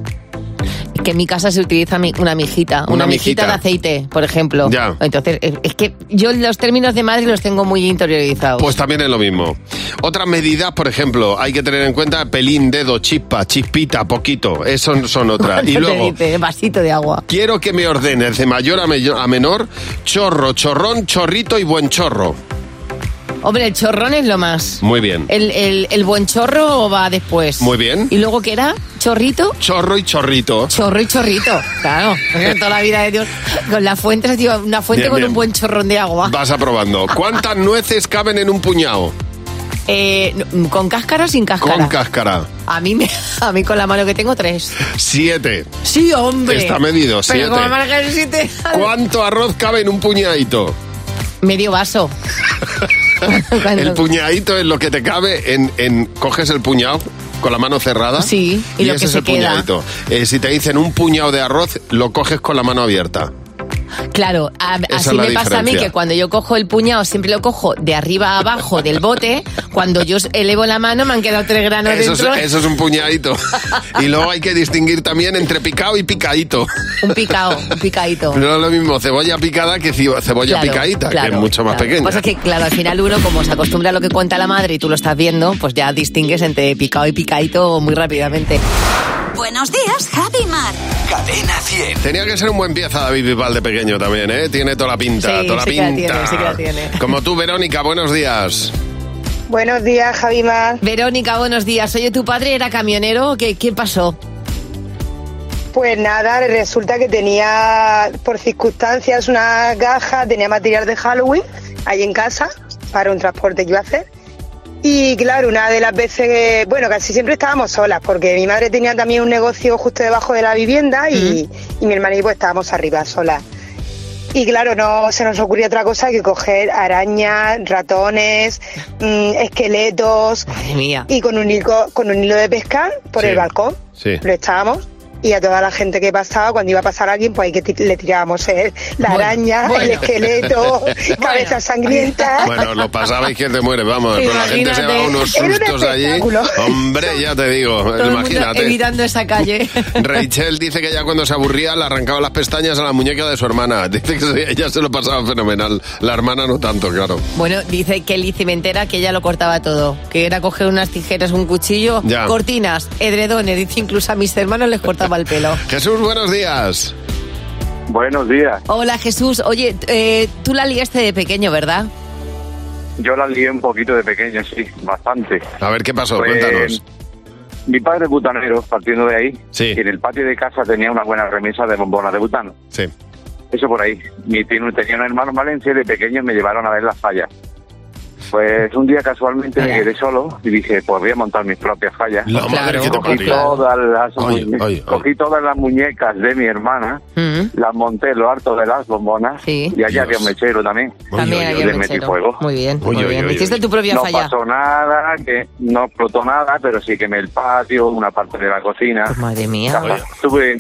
S4: Que en mi casa se utiliza mi- una mijita. Una,
S3: Una
S4: mijita.
S3: mijita.
S4: de aceite, por ejemplo.
S3: Ya.
S4: Entonces, es, es que yo los términos de madre los tengo muy interiorizados.
S3: pues también es lo mismo. Otras medidas, por ejemplo, hay que tener en cuenta pelín, dedo, chispa, chispita, poquito. Esos son otras. Y
S4: Te
S3: luego,
S4: dice, vasito de agua.
S3: quiero que me ordenes de mayor a, mello- a menor chorro, chorrón, chorrito y buen chorro.
S4: Hombre, el chorrón es lo más.
S3: Muy bien.
S4: El, el- el buen chorro va después.
S3: Muy bien.
S4: ¿Y luego qué era? ¿Chorrito?
S3: Chorro y chorrito.
S4: Chorro y chorrito, claro. Toda la vida de Dios. Con las fuentes, tío, una fuente
S3: Bien,
S4: con
S3: bien.
S4: un buen chorrón de agua.
S3: Vas aprobando. ¿Cuántas nueces caben en un puñado?
S4: Eh, no, ¿Con cáscara o sin cáscara?
S3: Con cáscara.
S4: a, mí me, a mí con la mano que tengo, tres.
S3: Siete.
S4: Sí, hombre.
S3: Está medido,
S4: Pero
S3: siete.
S4: como margen siete.
S3: ¿Cuánto arroz cabe en un puñadito?
S4: Medio vaso. Cuando-
S3: El puñadito es lo que te cabe en, en- coges el puñado con la mano cerrada. Sí,
S4: y lo que
S3: ese es
S4: se
S3: el
S4: queda.
S3: puñadito. Eh, si te dicen un puñado de arroz, lo coges con la mano abierta.
S4: Claro, a-
S3: Esa es
S4: así
S3: la
S4: me pasa a mí
S3: diferencia.
S4: que cuando yo cojo el puñado siempre lo cojo de arriba a abajo del bote. Cuando yo elevo la mano me han quedado tres granos
S3: Eso es,
S4: dentro.
S3: eso es un puñadito. y luego hay que distinguir también entre picado y picadito.
S4: Un picao, un picadito.
S3: No es lo mismo cebolla picada que ci- cebolla
S4: Claro,
S3: picadita, que
S4: claro,
S3: es mucho más
S4: claro. Lo que
S3: pequeña.
S4: pasa es que, claro, al final uno, como se acostumbra a lo que cuenta la madre y tú lo estás viendo, pues ya distingues entre picado y picadito muy rápidamente.
S1: Buenos días, Javi Mar.
S2: Cadena 100.
S3: Tenía que ser un buen pieza David Bisbal de pequeño también, ¿eh? Tiene toda la pinta,
S2: Sí,
S3: toda la
S2: sí que la
S3: pinta.
S2: tiene, sí que la tiene.
S3: Como tú, Verónica, buenos días.
S4: Buenos días, Javi Mar. Verónica, buenos días. Oye, ¿tu padre era camionero? ¿Qué, qué pasó?
S18: Pues nada, resulta que tenía por circunstancias una caja, tenía material de Halloween ahí en casa para un transporte que iba a hacer. Y claro, una de las veces, que- bueno, casi siempre estábamos solas porque mi madre tenía también un negocio justo debajo de la vivienda y, y mi hermana y yo pues, estábamos arriba solas. Y claro, no se nos ocurrió otra cosa que coger arañas, ratones, mm, esqueletos
S4: mía.
S18: y con un, hilo, con un hilo de pescar por
S3: Sí.
S18: el balcón
S3: Sí.
S18: lo estábamos y a toda la gente que pasaba, cuando iba a pasar alguien, pues ahí que ti- le tirábamos el- la
S3: Bueno,
S18: araña, el
S3: bueno.
S18: esqueleto, cabeza sangrienta.
S3: Bueno, lo pasabais que te mueres, vamos. Pero la gente se
S4: Imagínate.
S3: va unos
S4: Era un
S3: sustos allí.
S4: espectáculo.
S3: Hombre, ya te digo,
S4: Todo el mundo
S3: imagínate.
S4: evitando esa calle.
S3: Rachel dice que ya cuando se aburría le arrancaba las pestañas a la muñeca de su hermana. Dice que se- ella se lo pasaba fenomenal. La hermana no tanto, claro.
S4: Bueno, dice que Liz Cimentera que ella lo cortaba todo, que era coger unas tijeras, un cuchillo,
S3: Ya.
S4: cortinas, edredones, dice incluso a mis hermanos les cortaba el pelo.
S3: Jesús, buenos días.
S8: Buenos días.
S4: Hola Jesús, oye, eh, tú la liaste de pequeño, ¿verdad?
S8: Yo la lié un poquito de pequeño, sí, bastante.
S3: A ver qué pasó,
S8: Pues,
S3: cuéntanos.
S8: Mi padre es butanero, partiendo de ahí,
S3: Sí.
S8: y en el patio de casa tenía una buena remesa de bombonas de butano.
S3: Sí.
S8: Eso por ahí. Mi tío tenía un hermano en Valencia y de pequeño me llevaron a ver las fallas. Pues un día casualmente me quedé solo y dije, pues voy a montar mis propias fallas.
S3: La madre que te
S8: cogí,
S3: parió.
S8: todas las
S3: Oye,
S8: muñe-
S3: oye,
S8: cogí todas las muñecas de mi hermana, las monté en lo harto de las bombonas y allá había un mechero también.
S4: También oye, había
S8: Le
S4: un
S8: metí
S4: mechero.
S8: fuego.
S4: Muy bien, muy bien. Hiciste tu propia
S8: no
S4: falla.
S8: pasó nada, que no explotó nada, pero sí quemé el patio, una parte de la cocina.
S4: Pues madre mía.
S8: Tuve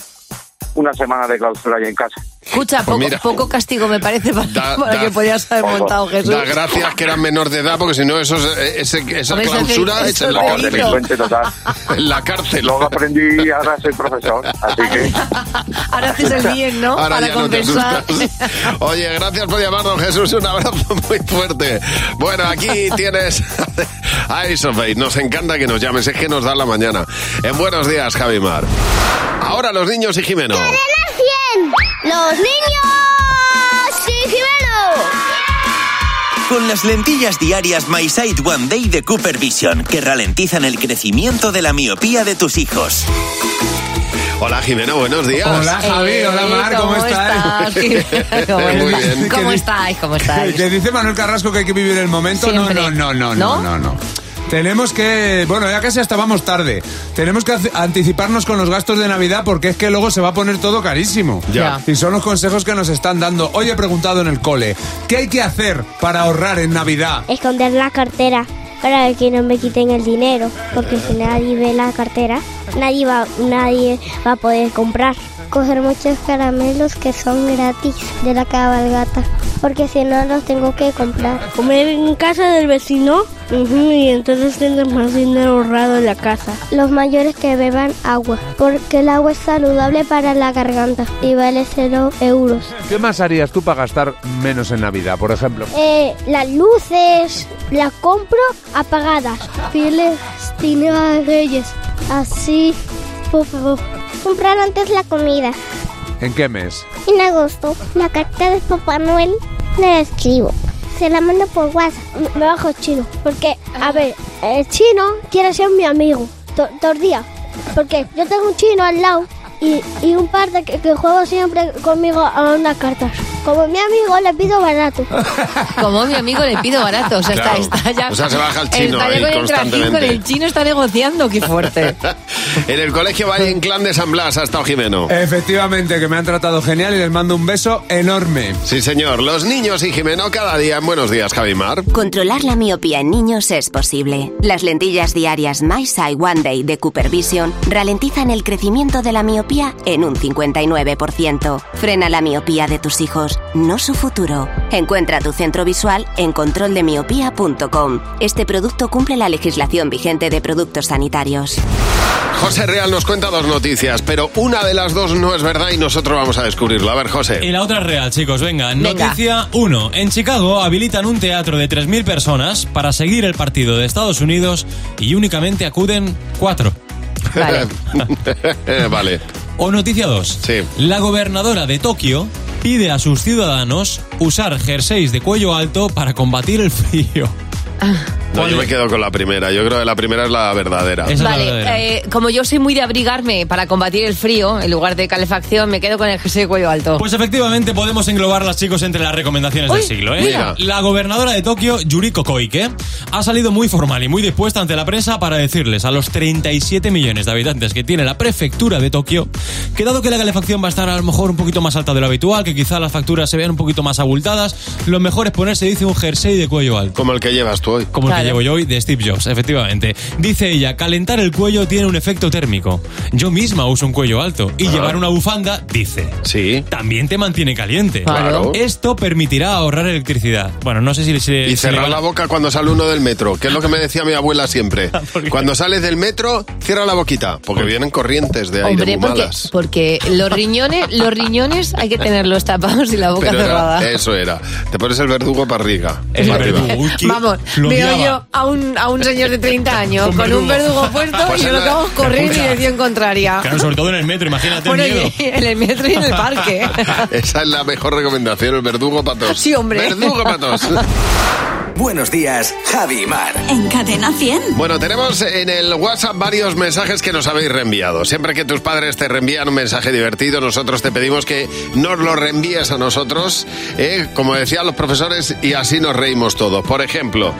S8: una semana de clausura ahí en casa.
S4: Escucha, poco, poco castigo me parece para,
S8: Da-
S4: para
S8: da-
S4: que podías haber montado Jesús.
S3: Da gracias que eran menor de edad, porque si no, eso es- eh, ese- esa
S4: Hombre, eso es-
S3: clausura es
S4: eso
S3: en la
S4: es
S3: cárcel.
S4: delito. Delincuente
S3: En la cárcel.
S8: Luego aprendí, ahora soy profesor, así que...
S4: Ahora haces el bien, ¿no?
S3: Ahora
S4: para
S3: ya no te
S4: compensar.
S3: asustas. Oye, gracias por llamarnos, Jesús. Un abrazo muy fuerte. Bueno, aquí tienes a Ace of Base. Nos encanta que nos llames. Es que nos da la mañana. En buenos días, Javi Mar. Ahora los niños y Jimeno.
S10: ¡Los niños! ¡Sí,
S2: Con las lentillas diarias My Sight One Day de Cooper Vision, que ralentizan el crecimiento de la miopía de tus hijos.
S3: Hola, Jimeno. Buenos días.
S12: Hola, Javi.
S4: Eh,
S12: Hola, Mar. ¿Cómo, estás?
S4: ¿Cómo,
S12: Muy
S4: está-
S12: bien.
S4: ¿Cómo
S12: ¿Qué
S4: estáis? ¿Cómo
S12: Que-
S4: estáis?
S12: que dice Manuel Carrasco que hay que vivir el momento. No,
S4: Siempre.
S12: no, no, no, no,
S4: ¿No?
S12: no, no. Tenemos que, bueno, ya casi hasta vamos tarde. Tenemos que hace- anticiparnos con los gastos de Navidad porque es que luego se va a poner todo carísimo.
S3: Ya.
S12: Y son los consejos que nos están dando. Hoy he preguntado en el cole, ¿qué hay que hacer para ahorrar en Navidad?
S23: Esconder la cartera para que no me quiten el dinero, porque si nadie ve la cartera, nadie va, nadie va a poder comprar. Coger muchos caramelos que son gratis de la cabalgata, porque si no los tengo que comprar. Comer en casa del vecino y entonces tendrás más dinero ahorrado en la casa. Los mayores que beban agua, porque el agua es saludable para la garganta y vale 0 euros.
S24: ¿Qué más harías tú para gastar menos en Navidad, por ejemplo?
S23: Eh, las luces las compro apagadas. Pieles a Reyes. Así, por favor. Comprar antes la comida.
S24: ¿En qué mes?
S23: En agosto, la carta de Papá Noel la escribo. Se la mando por WhatsApp. Mm, Ah. Me- Me bajo chino. Porque, a ver, el chino quiere ser mi amigo. to- Todo el día. Porque yo tengo un chino al lado y, y un par de que, que juego siempre conmigo a unas cartas. Como mi amigo le pido barato.
S4: Como mi amigo le pido barato, o sea,
S3: Claro.
S4: está, está ya.
S3: O sea, se baja el chino
S4: Está ya
S3: ahí
S4: con el trajín, con
S3: constantemente.
S4: el chino está negociando, qué fuerte.
S3: En el colegio Valle Inclán de San Blas ha estado Jimeno.
S12: Efectivamente, que me han tratado genial y les mando un beso enorme.
S3: Sí, señor. Los niños y Jimeno cada día en Buenos Días, Javimar.
S5: Controlar la miopía en niños es posible. Las lentillas diarias My Sight One Day de Cooper Vision ralentizan el crecimiento de la miopía en un 59%. Frena la miopía de tus hijos, no su futuro. Encuentra tu centro visual en controldemiopía.com. Este producto cumple la legislación vigente de productos sanitarios.
S3: José Real nos cuenta dos noticias, pero una de las dos no es verdad y nosotros vamos a descubrirlo. A ver, José.
S19: Y la otra es real, chicos, venga.
S3: Venga.
S19: Noticia 1. En Chicago habilitan un teatro de 3.000 personas para seguir el partido de Estados Unidos y únicamente acuden 4.
S3: Vale. vale.
S19: O noticia 2. La gobernadora de Tokio pide a sus ciudadanos usar jerseys de cuello alto para combatir el frío.
S3: No, yo me quedo con la primera. Yo creo que la primera es la verdadera.
S4: Vale, eh, como yo soy muy de abrigarme para combatir el frío, en lugar de calefacción, me quedo con el jersey de cuello alto.
S19: Pues efectivamente podemos englobarlas, chicos, entre las recomendaciones
S4: Uy,
S19: del siglo. ¿eh?
S4: mira.
S19: La gobernadora de Tokio, Yuriko Koike, ha salido muy formal y muy dispuesta ante la prensa para decirles a los 37 millones de habitantes que tiene la prefectura de Tokio que dado que la calefacción va a estar a lo mejor un poquito más alta de lo habitual, que quizá las facturas se vean un poquito más abultadas, lo mejor es ponerse, dice, un jersey de cuello alto.
S3: Como el que llevas tú hoy.
S19: Como el que llevo yo hoy de Steve Jobs, efectivamente. Dice ella, calentar el cuello tiene un efecto térmico. Yo misma uso un cuello alto y llevar una bufanda, dice.
S3: Sí.
S19: También te mantiene caliente.
S3: Claro.
S19: Esto permitirá ahorrar electricidad. Bueno, no sé si... si
S3: Y cerrar la boca cuando sale uno del metro, que es lo que me decía mi abuela siempre.
S19: Ah,
S3: Cuando sales del metro, cierra la boquita, porque vienen corrientes de aire
S4: Hombre, porque,
S3: fumadas.
S4: porque los riñones, los riñones hay que tenerlos tapados y la boca
S3: Pero era-
S4: cerrada.
S3: eso era. Te pones el verdugo para arriba. para arriba.
S4: Vamos,
S3: Eh, lo
S4: veo
S3: odiaba.
S4: yo a un, a un señor de 30 años con, un
S19: verdugo.
S4: verdugo puesto
S19: Pues
S4: y yo lo
S19: era-
S4: que hago es correr en
S19: Escucha.
S4: dirección contraria.
S19: Claro, sobre todo en el metro, imagínate
S4: Bueno,
S19: el miedo.
S4: y en el metro y en el parque.
S3: Esa es la mejor recomendación, el verdugo patos.
S4: Sí, hombre.
S3: Verdugo patos.
S2: Buenos días, Javi y Mar.
S1: En Cadena 100.
S3: Bueno, tenemos en el WhatsApp varios mensajes que nos habéis reenviado. Siempre que tus padres te reenvían un mensaje divertido, nosotros te pedimos que nos lo reenvíes a nosotros, ¿eh? como decían los profesores, y así nos reímos todos. Por ejemplo,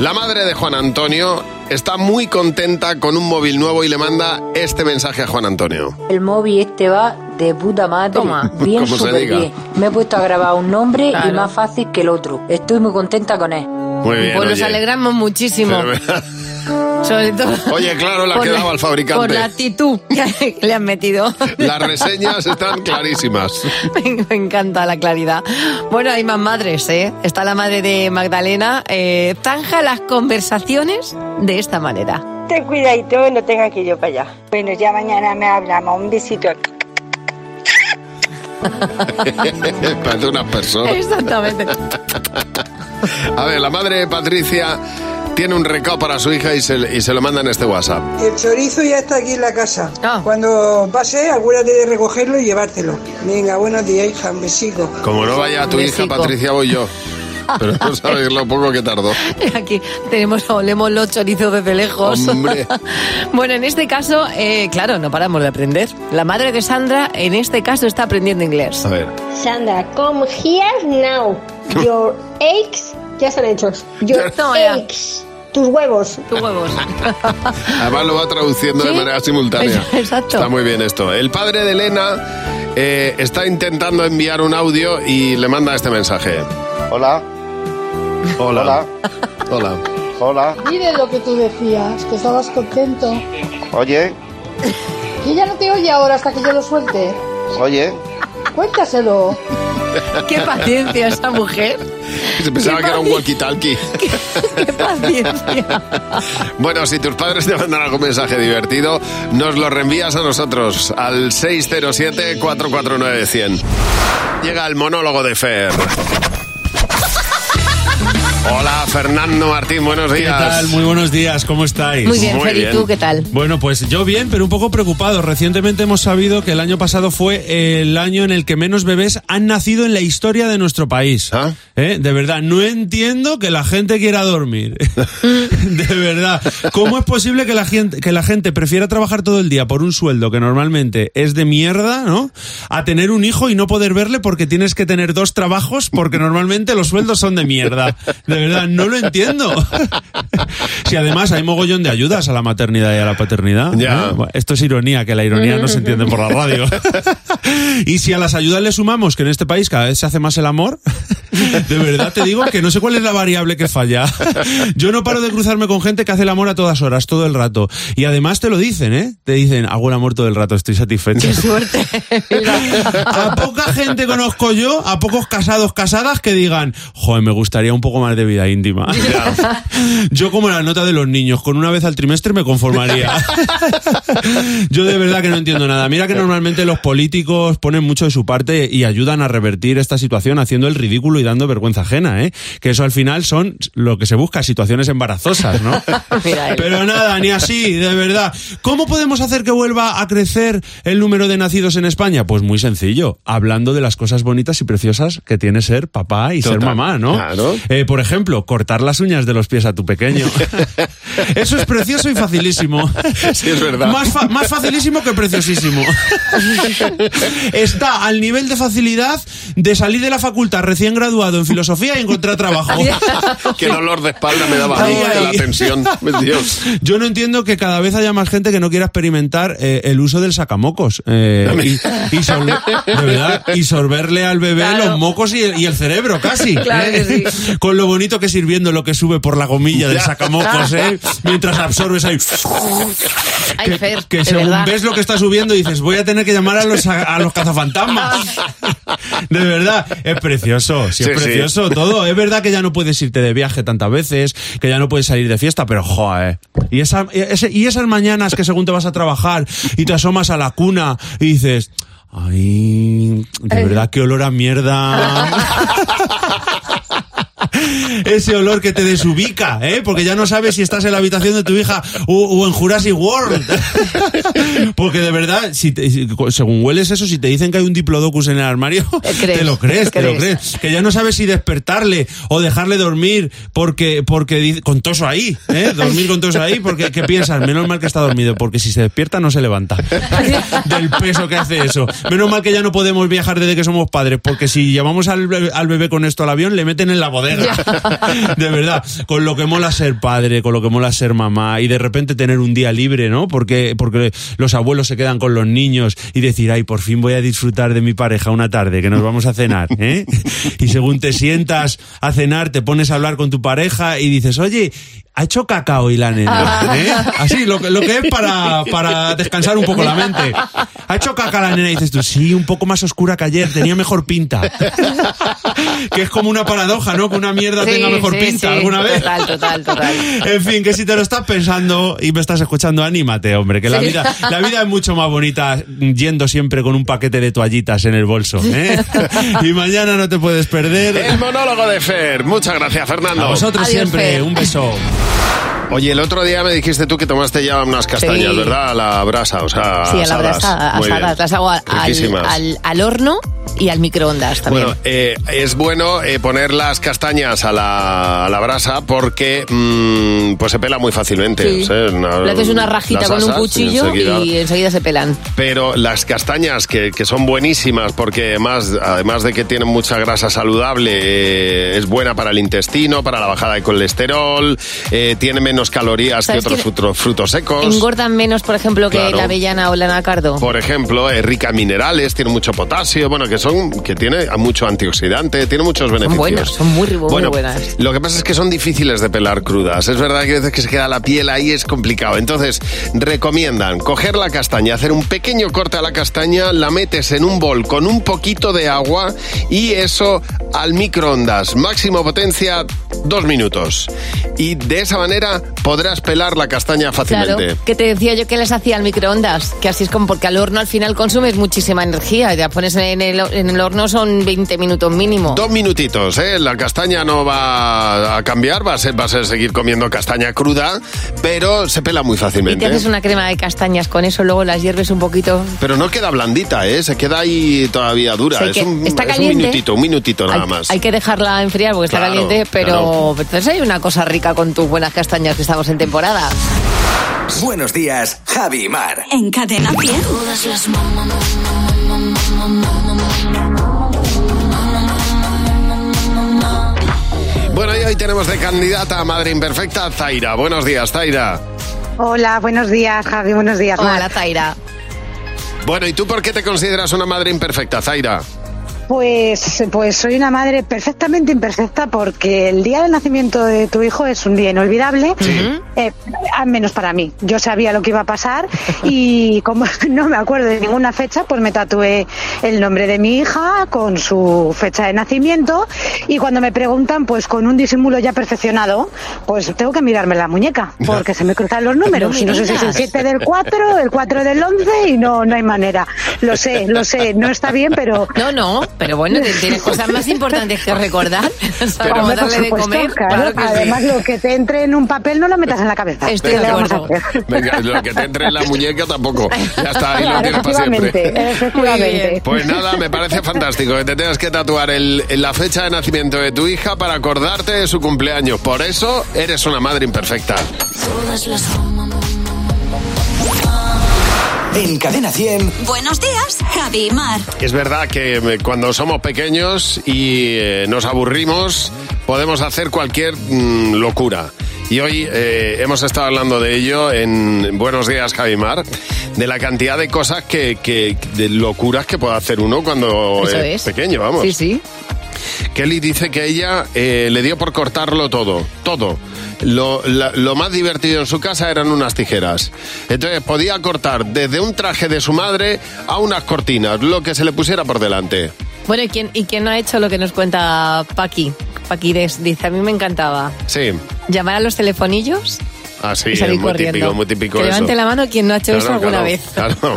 S3: la madre de Juan Antonio está muy contenta con un móvil nuevo y le manda este mensaje a Juan Antonio.
S7: El móvil este va de puta madre. Bien,
S3: Como se
S7: súper
S3: diga.
S7: bien. Me he puesto a grabar un nombre y
S4: Claro.
S7: más fácil que el otro. Estoy muy contenta con él.
S3: Muy bien.
S4: Pues nos
S3: oye. eh,
S4: alegramos muchísimo. Sobre todo.
S3: Oye, claro, le ha
S4: por
S3: quedado al fabricante.
S4: Por la actitud que le han metido.
S3: Las reseñas están clarísimas.
S4: Me, me encanta la claridad. Bueno, hay más madres, ¿eh? Está la madre de Magdalena. Eh, zanja las conversaciones de esta manera.
S9: Ten cuidadito, no tengan que ir yo para allá. Bueno, ya mañana me hablamos. Un besito.
S3: Parece una persona.
S4: Exactamente.
S3: A ver, la madre de Patricia tiene un recado para su hija y se, y se lo manda en este WhatsApp.
S11: El chorizo ya está aquí en la casa.
S4: Ah.
S11: Cuando pase, acuérdate de recogerlo y llevártelo. Venga, buenos días, hija, un besico.
S3: Como no vaya tu hija Patricia, voy yo. Pero no sabéis lo poco que tardó.
S4: Aquí tenemos, olemos los chorizos desde lejos.
S3: Hombre.
S4: bueno, en este caso, eh, claro, no paramos de aprender. La madre de Sandra, en este caso, está aprendiendo inglés.
S3: A ver.
S25: Sandra, come here now. Your eggs ya están hechos. Your eggs. Tus huevos.
S4: Tus huevos.
S3: Además lo va traduciendo de
S25: Sí.
S3: manera simultánea.
S25: Exacto.
S3: Está muy bien esto. El padre de Elena eh, está intentando enviar un audio y le manda este mensaje. Hola. Hola. Hola. Hola. Hola.
S26: Mire lo que tú decías, que estabas contento.
S27: Oye,
S26: Y ella no te oye ahora hasta que yo lo suelte.
S27: oye.
S26: Cuéntaselo.
S4: Qué paciencia esa mujer.
S3: Se pensaba que era un walkie-talkie.
S4: Qué paciencia.
S3: Bueno, si tus padres te mandan algún mensaje divertido, nos lo reenvías a nosotros al 607-449-100. Llega el monólogo de Fer. Hola, Fernando Martín, buenos
S12: ¿Qué
S3: días.
S12: tal? Muy buenos días, ¿cómo estáis?
S4: Muy bien, Feli, ¿tú qué tal?
S12: Bueno, pues yo bien, pero un poco preocupado. Recientemente hemos sabido que el año pasado fue el año en el que menos bebés han nacido en la historia de nuestro país. ¿Eh? De verdad, no entiendo que la gente quiera dormir. de verdad. ¿Cómo es posible que la, gente, que la gente prefiera trabajar todo el día por un sueldo que normalmente es de mierda, ¿no? A tener un hijo y no poder verle porque tienes que tener dos trabajos porque normalmente los sueldos son de mierda. De verdad, no lo entiendo. Si además hay mogollón de ayudas a la maternidad y a la paternidad. ¿eh? Bueno, Esto es ironía, que la ironía no se entiende por la radio. Y si a las ayudas le sumamos que en este país cada vez se hace más el amor, de verdad te digo que no sé cuál es la variable que falla. Yo no paro de cruzarme con gente que hace el amor a todas horas, todo el rato. Y además te lo dicen, ¿eh? Te dicen, hago el amor todo el rato, estoy satisfecho. A poca gente conozco yo, a pocos casados, casadas que digan, joder, me gustaría un poco más de vida íntima. Yo como la nota de los niños, con una vez al trimestre me conformaría. Yo de verdad que no entiendo nada. Mira que normalmente los políticos ponen mucho de su parte y ayudan a revertir esta situación haciendo el ridículo y dando vergüenza ajena, ¿eh? Que eso al final son lo que se busca, situaciones embarazosas, ¿no?
S4: Mira él.
S12: Pero nada, ni así, de verdad. ¿Cómo podemos hacer que vuelva a crecer el número de nacidos en España? Pues muy sencillo, hablando de las cosas bonitas y preciosas que tiene ser papá y ser
S3: Total,
S12: mamá, ¿no?
S3: claro.
S12: Eh, por ejemplo, cortar las uñas de los pies a tu pequeño. Eso es precioso y facilísimo.
S3: Sí, es verdad.
S12: Más, fa- más facilísimo que preciosísimo. Está al nivel de facilidad de salir de la facultad recién graduado en filosofía y encontrar trabajo.
S3: Qué dolor de espalda me daba a mí
S12: Ay,
S3: de la
S12: ay.
S3: tensión. pues, Dios.
S12: Yo no entiendo que cada vez haya más gente que no quiera experimentar eh, el uso del sacamocos. eh, y, y sorbe- de verdad, y sorberle al bebé los mocos y el, y el cerebro, casi.
S13: Claro
S12: ¿eh?
S13: que
S12: Con lo bonito que es ir viendo lo que sube por la gomilla del
S13: Ya.
S12: sacamocos, ¿eh? mientras absorbes ahí.
S4: Ay, Fer,
S12: Que
S4: de
S12: según
S4: verdad.
S12: ves lo que está subiendo dices, voy a tener que llamar a los, a, a los cazafantasmas. De verdad, es precioso, sí,
S3: Sí,
S12: es
S3: sí.
S12: precioso todo. Es verdad que ya no puedes irte de viaje tantas veces, que ya no puedes salir de fiesta, pero joder. Y, esa, ese- y esas mañanas que según te vas a trabajar y te asomas a la cuna y dices, ay, de verdad, qué olor a mierda. Ese olor que te desubica, ¿eh? Porque ya no sabes si estás en la habitación de tu hija o, o en Jurassic World. Porque de verdad, si te- si- según hueles eso, si te dicen que hay un diplodocus en el armario,
S13: crees,
S12: te lo crees, te lo
S13: crees.
S12: crees. Que ya no sabes si despertarle o dejarle dormir porque, porque dice- con toso ahí, ¿eh? Dormir con toso ahí, porque ¿qué piensas? Menos mal que está dormido, porque si se despierta no se levanta. Del peso que hace eso. Menos mal que ya no podemos viajar desde que somos padres, porque si llevamos al bebé, al bebé con esto al avión, le meten en la bodega. De verdad, con lo que mola ser padre, con lo que mola ser mamá y de repente tener un día libre, ¿no? Porque, porque los abuelos se quedan con los niños y decir, ay, por fin voy a disfrutar de mi pareja una tarde, que nos vamos a cenar, ¿eh? Y según te sientas a cenar, te pones a hablar con tu pareja y dices, oye, ha hecho cacao y la nena, ¿eh? Así, lo, que- lo que es para, para descansar un poco la mente. Ha hecho caca la nena y dices tú, sí, un poco más oscura que ayer, tenía mejor pinta. Que es como una paradoja, ¿no? Que una mierda
S4: Sí,
S12: tenga mejor
S4: sí,
S12: pinta
S4: sí,
S12: alguna vez.
S4: Total, total, total.
S12: En fin, que si te lo estás pensando y me estás escuchando, anímate, hombre, que la
S4: Sí.
S12: vida, la vida es mucho más bonita yendo siempre con un paquete de toallitas en el bolso. ¿eh? Y mañana no te puedes perder.
S3: El monólogo de Fer. Muchas gracias, Fernando.
S12: A vosotros siempre, un beso.
S3: Oye, el otro día me dijiste tú que tomaste ya unas castañas,
S4: Sí.
S3: ¿verdad? A la brasa, o sea,
S4: Sí, a la
S3: asadas.
S4: brasa,
S3: Muy bien.
S4: asadas. Las hago al,
S3: Riquísimas.
S4: al- al horno y al microondas también.
S3: Bueno, eh, es bueno eh, poner las castañas a la, a la brasa porque mm, pues se pela muy fácilmente.
S4: Sí.
S3: o sea, una-
S4: Le haces una rajita
S3: las
S4: con un
S3: asas
S4: cuchillo
S3: enseguida.
S4: y enseguida se pelan.
S3: Pero las castañas, que, que son buenísimas porque además, además de que tienen mucha grasa saludable, eh, es buena para el intestino, para la bajada de colesterol, eh, tiene menos calorías que
S4: ¿Sabes
S3: otros
S4: qué?
S3: frutos, frutos secos.
S4: Engordan menos, por ejemplo, que
S3: Claro.
S4: la avellana o la anacardo.
S3: Por ejemplo, es rica en minerales, tiene mucho potasio, bueno, que son que tiene mucho antioxidante, tiene muchos beneficios.
S4: buenas, son muy ribo- muy
S3: Bueno,
S4: buenas.
S3: Lo que pasa es que son difíciles de pelar crudas. Es verdad que a veces que se queda la piel ahí es complicado. Entonces, recomiendan coger la castaña, hacer un pequeño corte a la castaña, la metes en un bol con un poquito de agua y eso al microondas, máximo potencia, dos minutos. Y de esa manera podrás pelar la castaña fácilmente.
S4: Claro, que te decía yo que les hacía al microondas, que así es como porque al horno al final consumes muchísima energía y la pones en el, en el horno son 20 minutos mínimo.
S3: Dos minutitos, ¿eh? La castaña no va a cambiar, va a ser, va a ser seguir comiendo castaña cruda, pero se pela muy
S4: Y te
S3: fácilmente. ¿eh?
S4: haces una crema de castañas con eso, luego las hierves un poquito.
S3: Pero no queda blandita, ¿eh? Se queda ahí todavía dura.
S4: Sí,
S3: es
S4: que
S3: un,
S4: está
S3: es un
S4: caliente.
S3: minutito, un minutito nada
S4: hay,
S3: más.
S4: hay que dejarla enfriar porque está
S3: Claro,
S4: caliente, pero entonces hay una cosa rica con tus buenas castañas que estamos en temporada.
S13: Buenos días, Javi y Mar.
S1: En cadena 100.
S3: Bueno, y hoy tenemos de candidata a Madre Imperfecta a Zaira. Buenos días, Zaira.
S14: Hola, buenos días, Javi, buenos días. Mar.
S4: Hola, Zaira.
S3: Bueno, ¿y tú por qué te consideras una madre imperfecta, Zaira?
S14: Pues, pues soy una madre perfectamente imperfecta porque el día del nacimiento de tu hijo es un día inolvidable, eh, al menos para mí. Yo sabía lo que iba a pasar y como no me acuerdo de ninguna fecha, pues me tatué el nombre de mi hija con su fecha de nacimiento y cuando me preguntan, pues con un disimulo ya perfeccionado, pues tengo que mirarme la muñeca porque se me cruzan los números.
S4: No
S14: No, sé si es el
S4: digas.
S14: 7 del 4, el 4 del 11 y no, no hay manera. Lo sé, lo sé, no está bien, pero...
S4: No, no, pero bueno, te- tienes cosas más importantes que recordar. O sea, vamos a
S14: Hombre, por
S4: darle de
S14: supuesto,
S4: comer.
S14: claro.
S4: claro que sí.
S14: Además, lo que te entre en un papel no lo metas en la cabeza.
S4: Estoy
S14: ¿Qué
S4: de
S14: le vamos a
S4: acuerdo.
S14: hacer?
S3: Venga, lo que te entre en la muñeca tampoco. Ya está, ahí lo
S14: Claro,
S3: tienes para siempre.
S14: efectivamente, efectivamente.
S3: Pues nada, me parece fantástico que te tengas que tatuar el- la fecha de nacimiento de tu hija para acordarte de su cumpleaños. Por eso eres una madre imperfecta.
S13: En Cadena 100.
S1: Buenos días, Javi y Mar.
S3: Es verdad que eh, cuando somos pequeños y eh, nos aburrimos, podemos hacer cualquier mm, locura. Y hoy eh, hemos estado hablando de ello en Buenos Días, Javimar, de la cantidad de cosas que, que- de locuras que puede hacer uno cuando
S4: Eso
S3: es,
S4: es.
S3: pues, pequeño, vamos.
S4: Sí, sí.
S3: Kelly dice que ella eh, le dio por cortarlo todo, todo. Lo, la- lo más divertido en su casa eran unas tijeras. Entonces podía cortar desde un traje de su madre a unas cortinas, lo que se le pusiera por delante.
S4: Bueno, ¿y quién, ¿y quién no ha hecho lo que nos cuenta Paqui? Paqui Des dice, a mí me encantaba
S3: Sí,
S4: llamar a los telefonillos
S3: así,
S4: y
S3: es
S4: salir
S3: muy
S4: corriendo.
S3: típico, muy típico
S4: que
S3: eso.
S4: levante la mano quien no ha hecho
S3: Claro,
S4: eso alguna
S3: claro,
S4: vez.
S3: claro.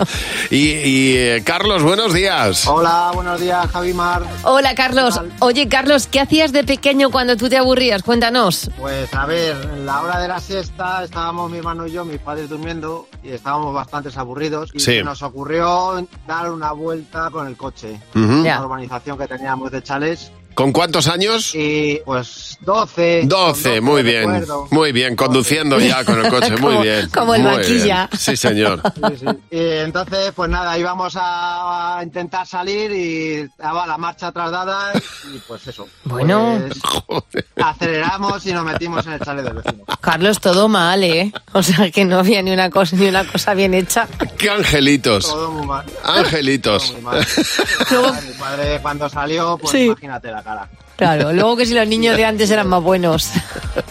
S3: Y, y, eh, Carlos, buenos días.
S15: Hola, buenos días, Javi Mar.
S4: Hola, Carlos. Oye, Carlos, ¿qué hacías de pequeño cuando tú te aburrías? Cuéntanos.
S15: Pues a ver, en la hora de la siesta estábamos mi hermano y yo, mis padres durmiendo, y estábamos bastante aburridos. Y
S3: Sí.
S15: se nos ocurrió dar una vuelta con el coche.
S3: Ujú.
S15: La
S3: Ya.
S15: urbanización que teníamos de Chales.
S3: ¿Con cuántos años?
S15: Y pues 12.
S3: 12, muy bien,
S15: recuerdo.
S3: muy bien, conduciendo ya con el coche, muy
S15: Como-
S3: bien.
S15: como el
S3: muy
S15: vaquilla.
S3: bien. Sí, señor.
S15: Sí, sí. Y entonces, pues nada, íbamos a a intentar salir y estaba la marcha trasladada y pues eso.
S4: Bueno.
S15: Pues, aceleramos y nos metimos en el chale del vecino.
S4: Carlos, todo mal, ¿eh? O sea, que no había ni una cosa, ni una cosa bien hecha.
S3: ¡Qué angelitos!
S15: Todo muy mal.
S3: Angelitos.
S15: Mi padre Eh, cuando salió, pues
S4: Sí.
S15: imagínate la cara.
S4: Claro, luego que si los niños de antes eran más buenos.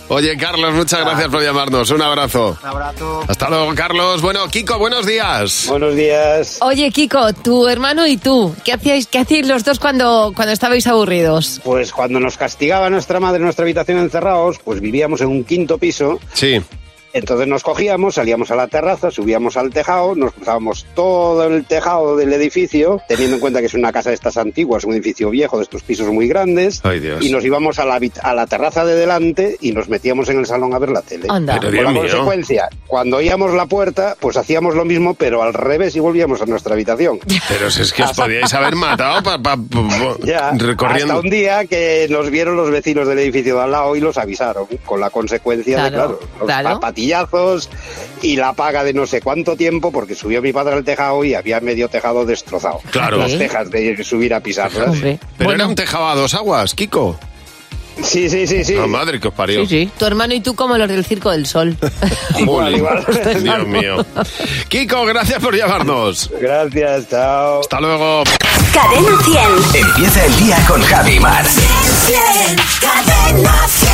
S3: Oye, Carlos, muchas gracias por llamarnos. Un abrazo.
S15: Un abrazo.
S3: Hasta luego, Carlos. Bueno, Kiko, buenos días.
S16: Buenos días.
S4: Oye, Kiko, tu hermano y tú, ¿qué hacíais, qué hacíais los dos cuando, cuando estabais aburridos?
S16: Pues cuando nos castigaba nuestra madre en nuestra habitación encerrados, pues vivíamos en un quinto piso.
S3: Sí.
S16: Entonces nos cogíamos, salíamos a la terraza, subíamos al tejado, nos cruzábamos todo el tejado del edificio, teniendo en cuenta que es una casa de estas antiguas, un edificio viejo de estos pisos muy grandes,
S3: Ay, Dios.
S16: y nos íbamos a la, habit- a la terraza de delante y nos metíamos en el salón a ver la tele.
S4: Anda. Pero
S16: Con
S4: Dios
S16: la
S4: mío.
S16: consecuencia, cuando oíamos la puerta, pues hacíamos lo mismo, pero al revés y volvíamos a nuestra habitación.
S3: Pero si es que os podíais haber matado pa, pa- pa-
S16: Ya,
S3: recorriendo.
S16: Hasta un día que nos vieron los vecinos del edificio de al lado y los avisaron, con la consecuencia de,
S4: Claro,
S16: claro, los
S4: claro.
S16: zapatillazos y la paga de no sé cuánto tiempo, porque subió mi padre al tejado y había medio tejado destrozado.
S3: Claro.
S16: Las
S3: Sí.
S16: tejas de subir a pisarlas.
S3: Pero era un tejado a dos aguas, Kiko.
S16: Sí, sí, sí, sí.
S3: La madre que os parió.
S4: Tu hermano y tú como los del Circo del Sol.
S16: Igual, igual.
S3: Dios mío. Kiko, gracias por llamarnos.
S16: Gracias, chao.
S3: Hasta luego.
S1: Cadena 100.
S13: Empieza el día con Javi Mar.
S1: Cadena 100.